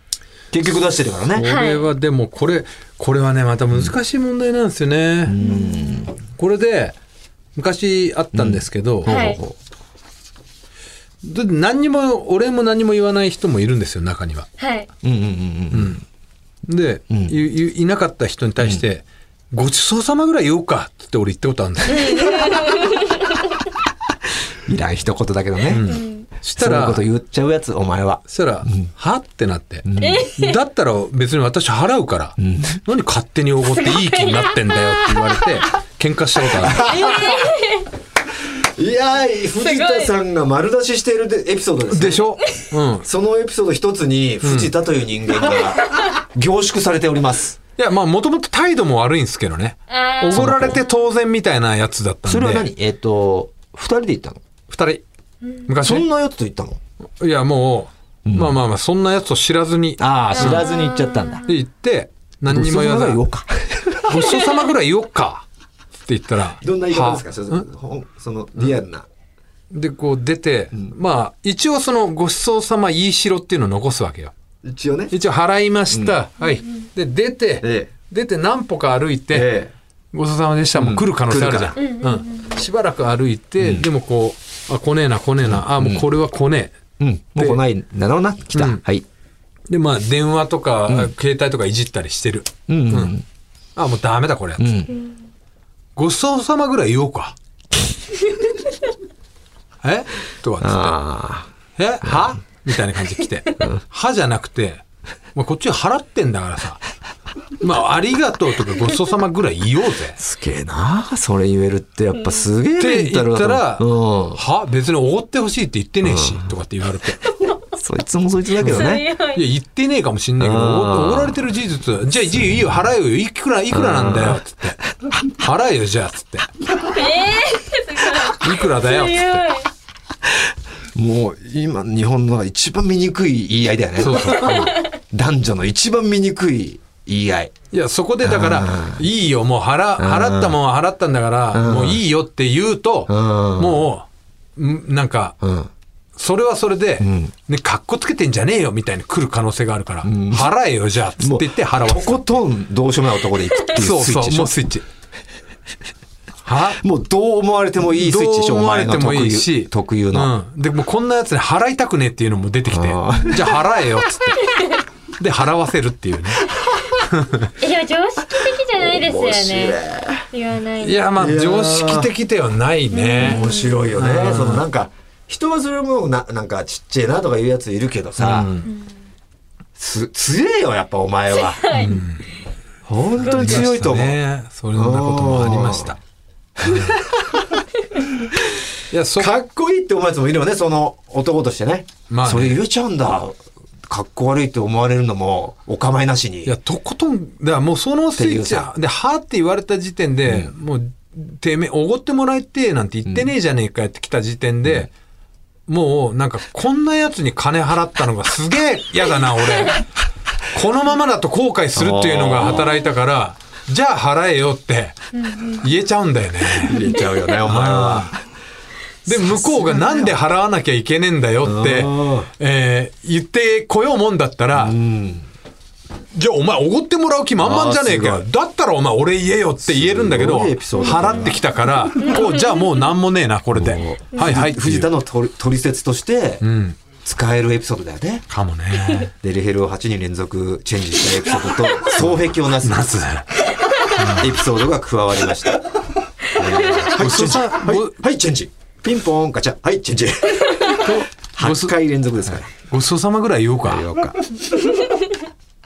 結局出してるから
こ
ね。
れはでもこれこれはねまた難しい問題なんですよね。これで昔あったんですけど、
はい
ほうほうほ
で何にも俺も何も言わない人もいるんですよ中には。
はい。
ううんうんうんうん。
で、
ん
いいいなかった人に対して、ごちそうさまぐらい言おうかって言って俺言ったことあるん ですよ。
いらん一言だけどね。
し
そう
た
いう
ら
こと言っちゃうやつ、お前は。
そしたら、はってなって、だったら別に私払うから、何勝手におごっていい気になってんだよって言われ て、喧嘩したことある。
いやー、藤田さんが丸出ししているでエピソードですね
でしょうん。
そのエピソード一つに、藤田という人間が凝縮されております。
いや、まあもともと態度も悪いんですけどね。
あ
お
ー
ごられて当然みたいなやつだったんで。
それは何えっ、と、二人で行ったの
二人。昔
そん
ね。
なやつと行ったの
いや、もう、まあまあまあ、そんなやつを知らずに、
ああ、知らずに行っちゃったんだ。
で行って、何にも言わない。
ごちそうさまが言おうか。
ごちそうさまぐらい言おっかって言ったら。
どんな言い方ですか
は
そのほんそのリアルな。
で、こう出て、まあ、一応そのごちそうさま言いしろっていうのを残すわけよ。
一応ね。
一応払いました。はい。で、出て、
ええ
出て何歩か歩いて、
え
ごちそうさまでした。もう来る可能性あるじゃん。
来
うんしばらく歩いて、でもこう、あ、来ねえな、来ねえな、あ、もうこれは来ね
え
え。
うん。もう来ないんだろうな。来た。
うん
はい。
で、まあ、電話とか、携帯とかいじったりしてる。
うんうん。
あ、もうダメだ、これ。
うん。
ごちそうさまぐらい言おう か。えとはつって。
ああ。
えはみたいな感じで来て。はじゃなくて、まあ、こっちは払ってんだからさ。まあ、ありがとうとかごちそうさまぐらい言おうぜ。
すげえな。それ言えるってやっぱすげえ
って
メンタル
言っ
だ
たら、
と思う
は別におごってほしいって言ってねえし、とかって言われて。
うん。そいつもそいつだけどね。
強
い
い。
や、言ってねえかもしんないけど、
あー
おおごられてる事実、じゃあ、じいいいよ、払えよ、いくら、いくらなんだよ、つって。払えよ、じゃあ、つって。
え
いくらだ
ー、
よ、つって。
強い。
もう今日本の一番醜い言い合いだよね。
そうそう。
男女の一番醜い言い合い。
いや、そこでだから、いいよ、もう払、払ったもんは払ったんだから、もういいよって言うと、
ん
もう、んなんか、
うん。
それはそれで、ね、かっこつけてんじゃねえよ、みたいに来る可能性があるから、払えよ、じゃあ、つって言って払わ
と
せた
ことんどうしようもない男で行くっていう
そう
スイッ
そ
チで
う、
し
も
ょ
う。スイッチ。は
もうどう思われてもいいスイッチでしょ、
どう
お
思われ
前の
ても
特
いい
有
し。
特有の。
うん。で、もうこんなやつに払いたくねえっていうのも出てきて、じゃあ
あ
払えよ、つって。で、払わせるっていうね。
いや、常識的じゃないですよ
面白
ね。言わない
い
で。
や、まあ、
いやー
常識的ではないね。
面白いよね。そのなんか、人はそれもな、なんかちっちゃいなとかいうやついるけどさ、つ、強えよ、やっぱお前は。 本当に強いと思う。
ね。そんなこともありました。 いや、そ、
かっこいいって思うやつもいるよね、その男としてね。
まあね
それ言えちゃうんだ。かっこ悪いって思われるのもお構いなしに。
いや、とことん、だからもうそのスイ
っ
ッチ
ていうさ
で、はーって言われた時点で、もう、てめえ、おごってもらえて、なんて言ってねえじゃねえかって来た時点で、もう、なんか、こんなやつに金払ったのがすげえ嫌 だな、俺。このままだと後悔するっていうのが働いたから、じゃあ払えよって言えちゃうんだよね。
言えちゃうよね、お前 は。
で、向こうがなんで払わなきゃいけねえんだよって
うん、
えー言ってこようもんだったら、じゃあお前おごってもらう気満々じゃねえか
あー
よ
す。
だったらお前俺言えよって言えるんだけ
す
ど、
ごいエピソードだな
払ってき たから、おじゃあもうなんもねえな、これで。はいはい。
藤田の取取説として
ん
使えるエピソードだよね。
かも ね。
デリヘルを8人連続チェンジしたエピソードと双璧をなす
なす。
エピソードが加わりました。えーはい、チェンジ。はい、はいチェンジ。ピンポーン、ガチャ。はい、 チェンジ。8回連続ですから。
ごちそうさまぐらい言おうか。
ようか。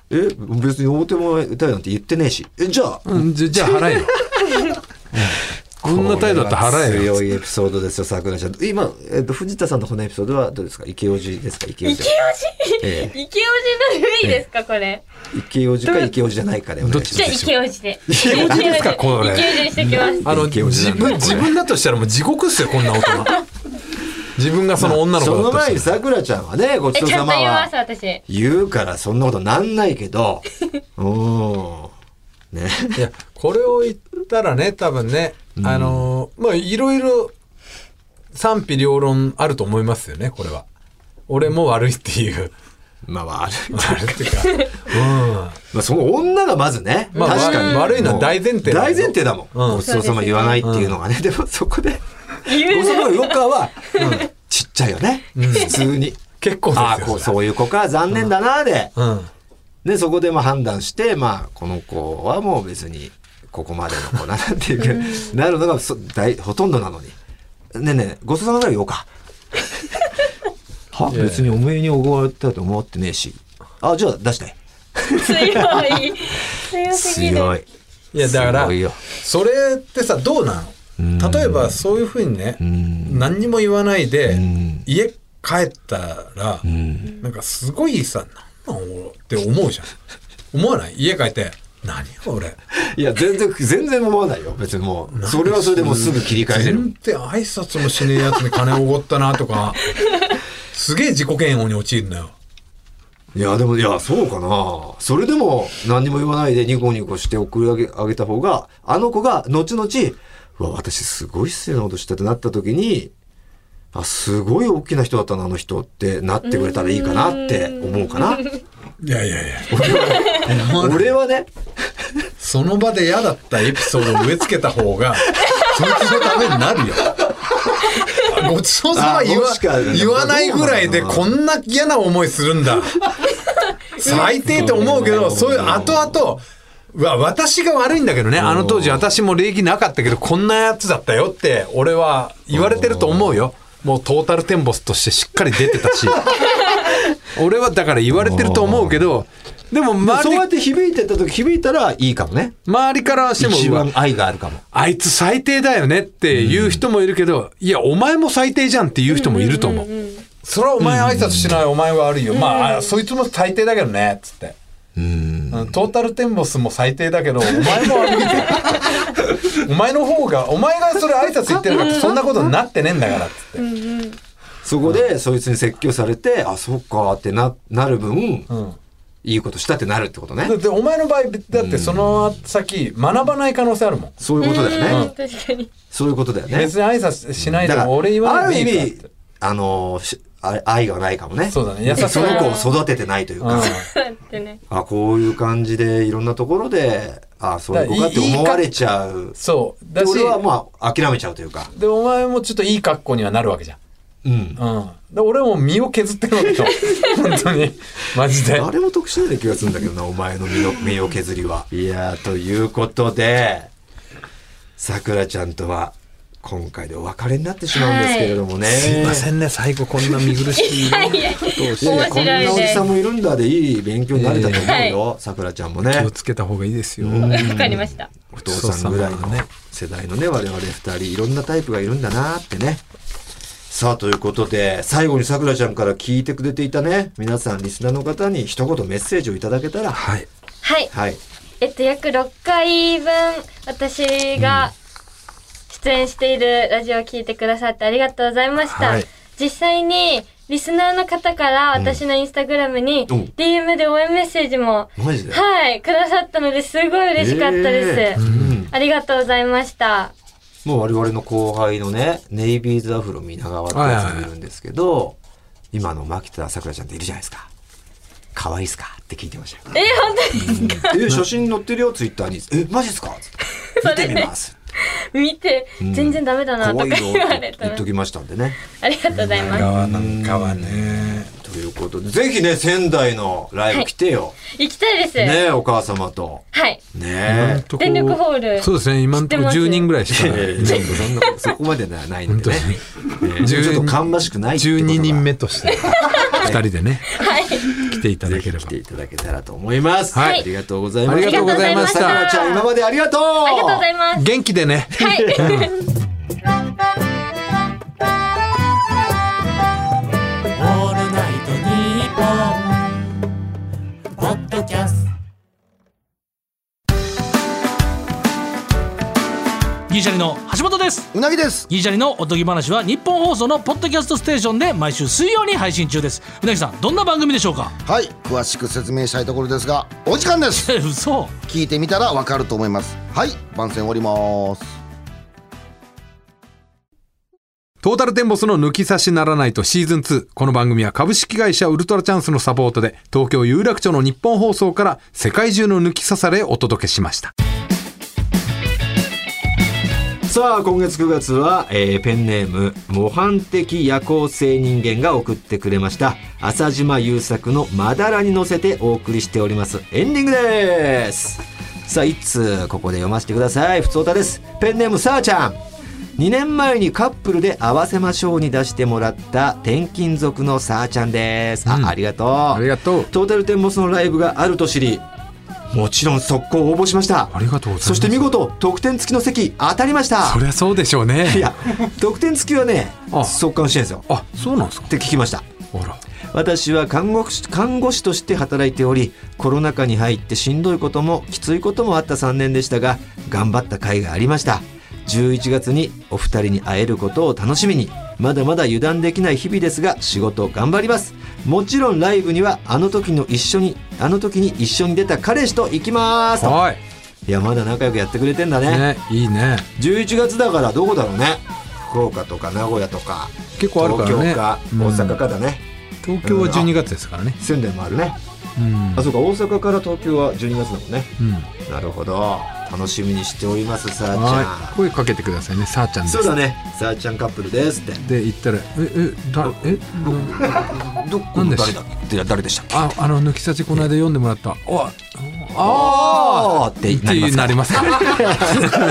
え、別に表も歌いなんて言ってねえし。え、じゃあ、
うん、じゃじゃあ 払えよ。こんな態度だったら払えよ。
強いエピソードですよ、桜井ちゃん。今、えっと、藤田さんのこのエピソードはどうですか池おじですか池お
イ
じ
ケ。オ
え
ジイケオジの類ですか、これ。
池おじか池おじじゃないかでお願いし
じゃ
ま
あ、イ
す。
ケオジで。イ
ケオジですかこれ
イケオジにしてきます。
あの、
いけおじだ
自
なこ
分、
れ
自分だとしたらもう地獄っすよ、こんな大人。自分がその女の子
そ
だ
の
った
前に
し
さくらちゃんはねごち
え、
そう
ちゃ
さ
んと
ま
言いま
は
す、私。
言うからそんなことなんないけど うんね
いやこれを言ったらね多分ね、あのーまあいろいろ賛否両論あると思いますよねこれは俺も悪いって いう
まあ悪い
悪いっていうか、
まあその女がまずね、
まあ
確かに
わ悪いのは大前提だけど
大前提だもん、
うん
ごちそうさま言わないっていうのがね、でもそこ でごちそうさまのロッカーは、ちっちゃいよね、普通に
結構ですよ
ああこう
それ
そういう子か残念だなで、
うん、うん、
でそこでまあ判断してまあこの子はもう別にここまでの子だなっていう、なるのがそ大ほとんどなのにねえねえごちそうさまなら言おうかはい
やいや
別におめえにおごられたと思ってねえしあじゃあ出して
強い。強すぎる。
強い
いやだから
すごいよ
それってさどうなの例えばそういうふうにね
ん
何にも言わないで
ん
家帰ったら
ん
なんかすごいさなんなん俺って思うじゃん思わない家帰って何俺
いや、全然、全然思わないよ。別にもう、それはそれでもうすぐ切り替えれる。
全然挨拶もしねえやつに金おごったな とかすげえ自己嫌悪に陥るのよ
いや、でも、いや、そうかな。それでも、何にも言わないでニコニコして送り上げあげた方が、あの子が、後々、うわ、私すごい失礼なことしたってなった時に、あ、すごい大きな人だったな、あの人ってなってくれたらいいかなって思うかな。
いやいやいや
俺はね、
その場で嫌だったエピソードを植え付けた方が、そいつのためにな るよ。ごちそうさま言
あ
わ
もしかしたら
言わないぐらいで
どうな
こ
の
んな嫌な思いする んだ。最低と思うけど、そういう後々、うわ、私が悪いんだけどね、あの当時私も礼儀なかったけど、こんなやつだったよって、俺は言われてると思うよ。もうトータルテンボスとしてしっかり出てた し。俺はだから言われてると思うけど、でも周
そう
り
やって響いてた時、響いたらいいかもね。
周りからしても、
一
うわ
番愛があるかも。
あいつ最低だよねっていう人もいるけど、いや、お前も最低じゃんっていう人もいると思う。それはお前挨拶しない、お前は悪いよ。まあ、そいつも最低だけどね、つって。うんトータルテンボスも最低だけど、お前も悪いぜ。 お前の方が、お前がそれ挨拶言ってるからってそんなことになってねえんだから、つって。
そこで、そいつに説教されて、あ、そっかってな、なる分、
ん
いいことしたってなるってことね
だ。って、お前の場合、だってその先、学ばない可能性あるもん。
そういうことだよ
うん
ね。
確かに。
そういうことだよね。
別に挨拶しないで
だから
も俺言わ
あ
な
る
い
意
でいいからっ
味
て。、
あの、しあ愛がないかもね。
そうだね優しさ
その子を育ててないというか、
うん
そうやってね。
あ、こういう感じで、いろんなところで、あ、そういう子かって
だからいい
思われちゃう。
そう。
で
だし、
俺はまあ、諦めちゃうというか。
でお前もちょっといい格好にはなるわけじゃん。
うん。
うん。で俺はもう身を削ってるわけ よ。本当に。マジで。
あれも特殊なような気がするんだけどな、お前の 身の身を削りは。いやー、ということで、さくらちゃんとは、今回でお別れになってしまうんですけれどもね。
んね、最後こんな見苦しい。
いやいや
面
こん
白い
なおじさんもいるんだでいい勉強になれたと思
は
う
い
よ、さくらちゃんもね。
つけた方がいいですよ。
わかりました。
お父さんぐらいのね、世代のね、我々二人、いろんなタイプがいるんだなってね。さあ、ということで、最後にさくらちゃんから聞いてくれていたね、皆さん、リスナーの方に一言メッセージをいただけたら、は
はい。
はい。
い。
えっと、約6回分、私が出演しているラジオを聞いてくださってありがとうございました。
はい
実際に、リスナーの方から私のインスタグラムに
うん
DM で応援メッセージも、
マジで
はい、くださったのですごい嬉しかったです。
えーうん
ありがとうございました。
もう我々の後輩のね、ネイビーズアフロ皆川ってやつがいるんですけど、今の牧田さくらちゃんっているじゃないですか。可愛いっすかって聞いてましたよ。
えー、本当に
え、写真載ってるよ、ツイッターに。え、マジっすか つって見てみます。
見て、
うん
全然ダメだなと
怖
か
いよ
言わ
っ
れ
て
た
言っ
ら
ときましたんでね。
ありがとうございま
川なんかはね。
ということで、ぜひね、仙台のライブ来てよ。
す。行きたいです。
ねえお母様と。
はい。
ねえ。
電力ホール
そうですね、今んとこ
知ってます
10人ぐらいしかない。
ええちょっとそんな、そこまでではないんでね。ええちょっと芳しくないってことが
12人目として、2人でね、
はい。
来ていただ
ぜ
け
ひ
れ
来
ば
て。いただけたらと思います。
はい
ありがとうございま
あ
す。
りがとうございまし
ありがとうござ
た
いま。し
ちゃん、今までありがとう
ありがとうございます。
元気でね。
はい。
「オールナイトニッポン」「ポッドキャスト」ギシャ
ャリの橋本です
うなぎです
ギリシャリのおとぎ話は日本放送のポッドキャストステーションで毎週水曜に配信中ですうなぎさんどんな番組でしょうか
はい詳しく説明したいところですがお時間です
え嘘
聞いてみたらわかると思いますはい番宣終わります
トータルテンボスの抜き差しならないとシーズン2。この番組は株式会社ウルトラチャンスのサポートで東京有楽町の日本放送から世界中の抜き差されお届けしました。
さあ今月9月は、えーペンネーム模範的夜行性人間が送ってくれました浅島優作の「まだら」に乗せてお送りしておりますエンディングですさあ一通ここで読ませてくださいふつおたですペンネームさあちゃん2年前にカップルで合わせましょうに出してもらった転勤族のさあちゃんですあ,、ありがとう
ありがとう。
トータルテンボスのライブがあると知りもちろん速攻応募しました
ありがとうございます。
そして見事得点付きの席当たりました
そりゃそうでしょうね。
いや、得点付きはね
あ、
速乾してるんですよ。
あ、そうなんですか
っ。て聞きました。
あら。
私は看護師看護師として働いておりコロナ禍に入ってしんどいこともきついこともあった3年でしたが頑張った甲斐がありました11月にお二人に会えることを楽しみにまだまだ油断できない日々ですが仕事を頑張りますもちろんライブにはあの時の一緒にあの時に一緒に出た彼氏と行きますと
はい。
いやまだ仲良くやってくれてんだね
ね、いいね。
11月だからどこだろうね福岡とか名古屋とか
結構あるからね。
東京か
うん
大阪かだね、
東京は12月ですからね。
仙台もあるね
うん。
あそうか大阪から東京は12月だもんね
うん。
なるほど楽しみにしておりますさあちゃ
はい。声かけてくださいね。さあちゃん
ん
です
そう。だねさあちゃんカップルですって
で言ったら、え、え、だ、え、
どこ
なん
の
で
誰
し
だって誰でしたっけ
あ、あの抜き差しこの間読んでもらった。お、
あーってなります
な
か
りますか。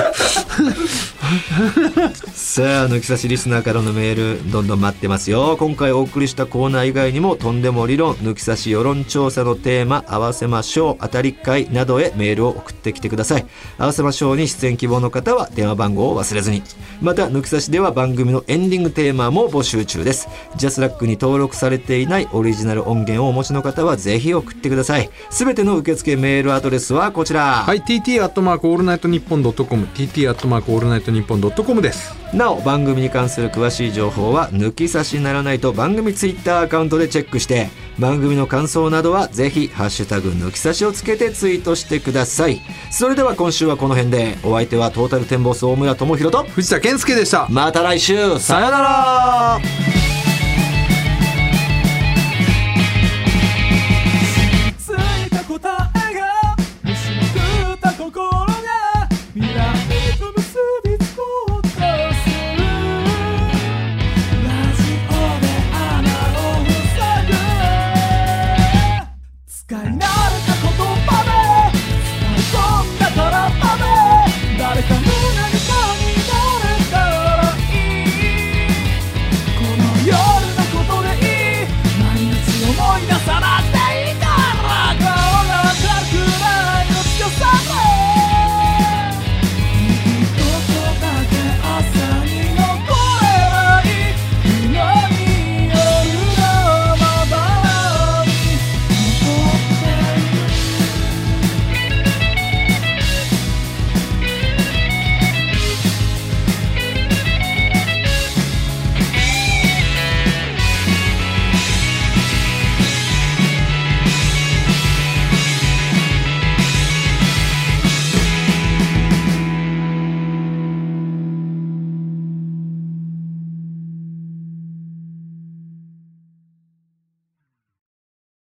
さあ抜き差しリスナーからのメールどんどん待ってますよ今回お送りしたコーナー以外にもとんでも理論抜き差し世論調査のテーマ合わせましょう当たり会などへメールを送ってきてください合わせましょうに出演希望の方は電話番号を忘れずにまた抜き差しでは番組のエンディングテーマも募集中ですジャスラックに登録されていないオリジナル音源をお持ちの方はぜひ送ってくださいすべての受付メールアドレスはこちら
はい、TT アットマークオールナイトニッポンドットコム、TT アットマークオールナイトニッポンドットコムです。
なお番組に関する詳しい情報は抜き差しならないと番組ツイッターアカウントでチェックして番組の感想などはぜひ「ハッシュタグ抜き差し」をつけてツイートしてくださいそれでは今週はこの辺でお相手はトータルテンボス大村智広と
藤田健介でした。
また来週さよなら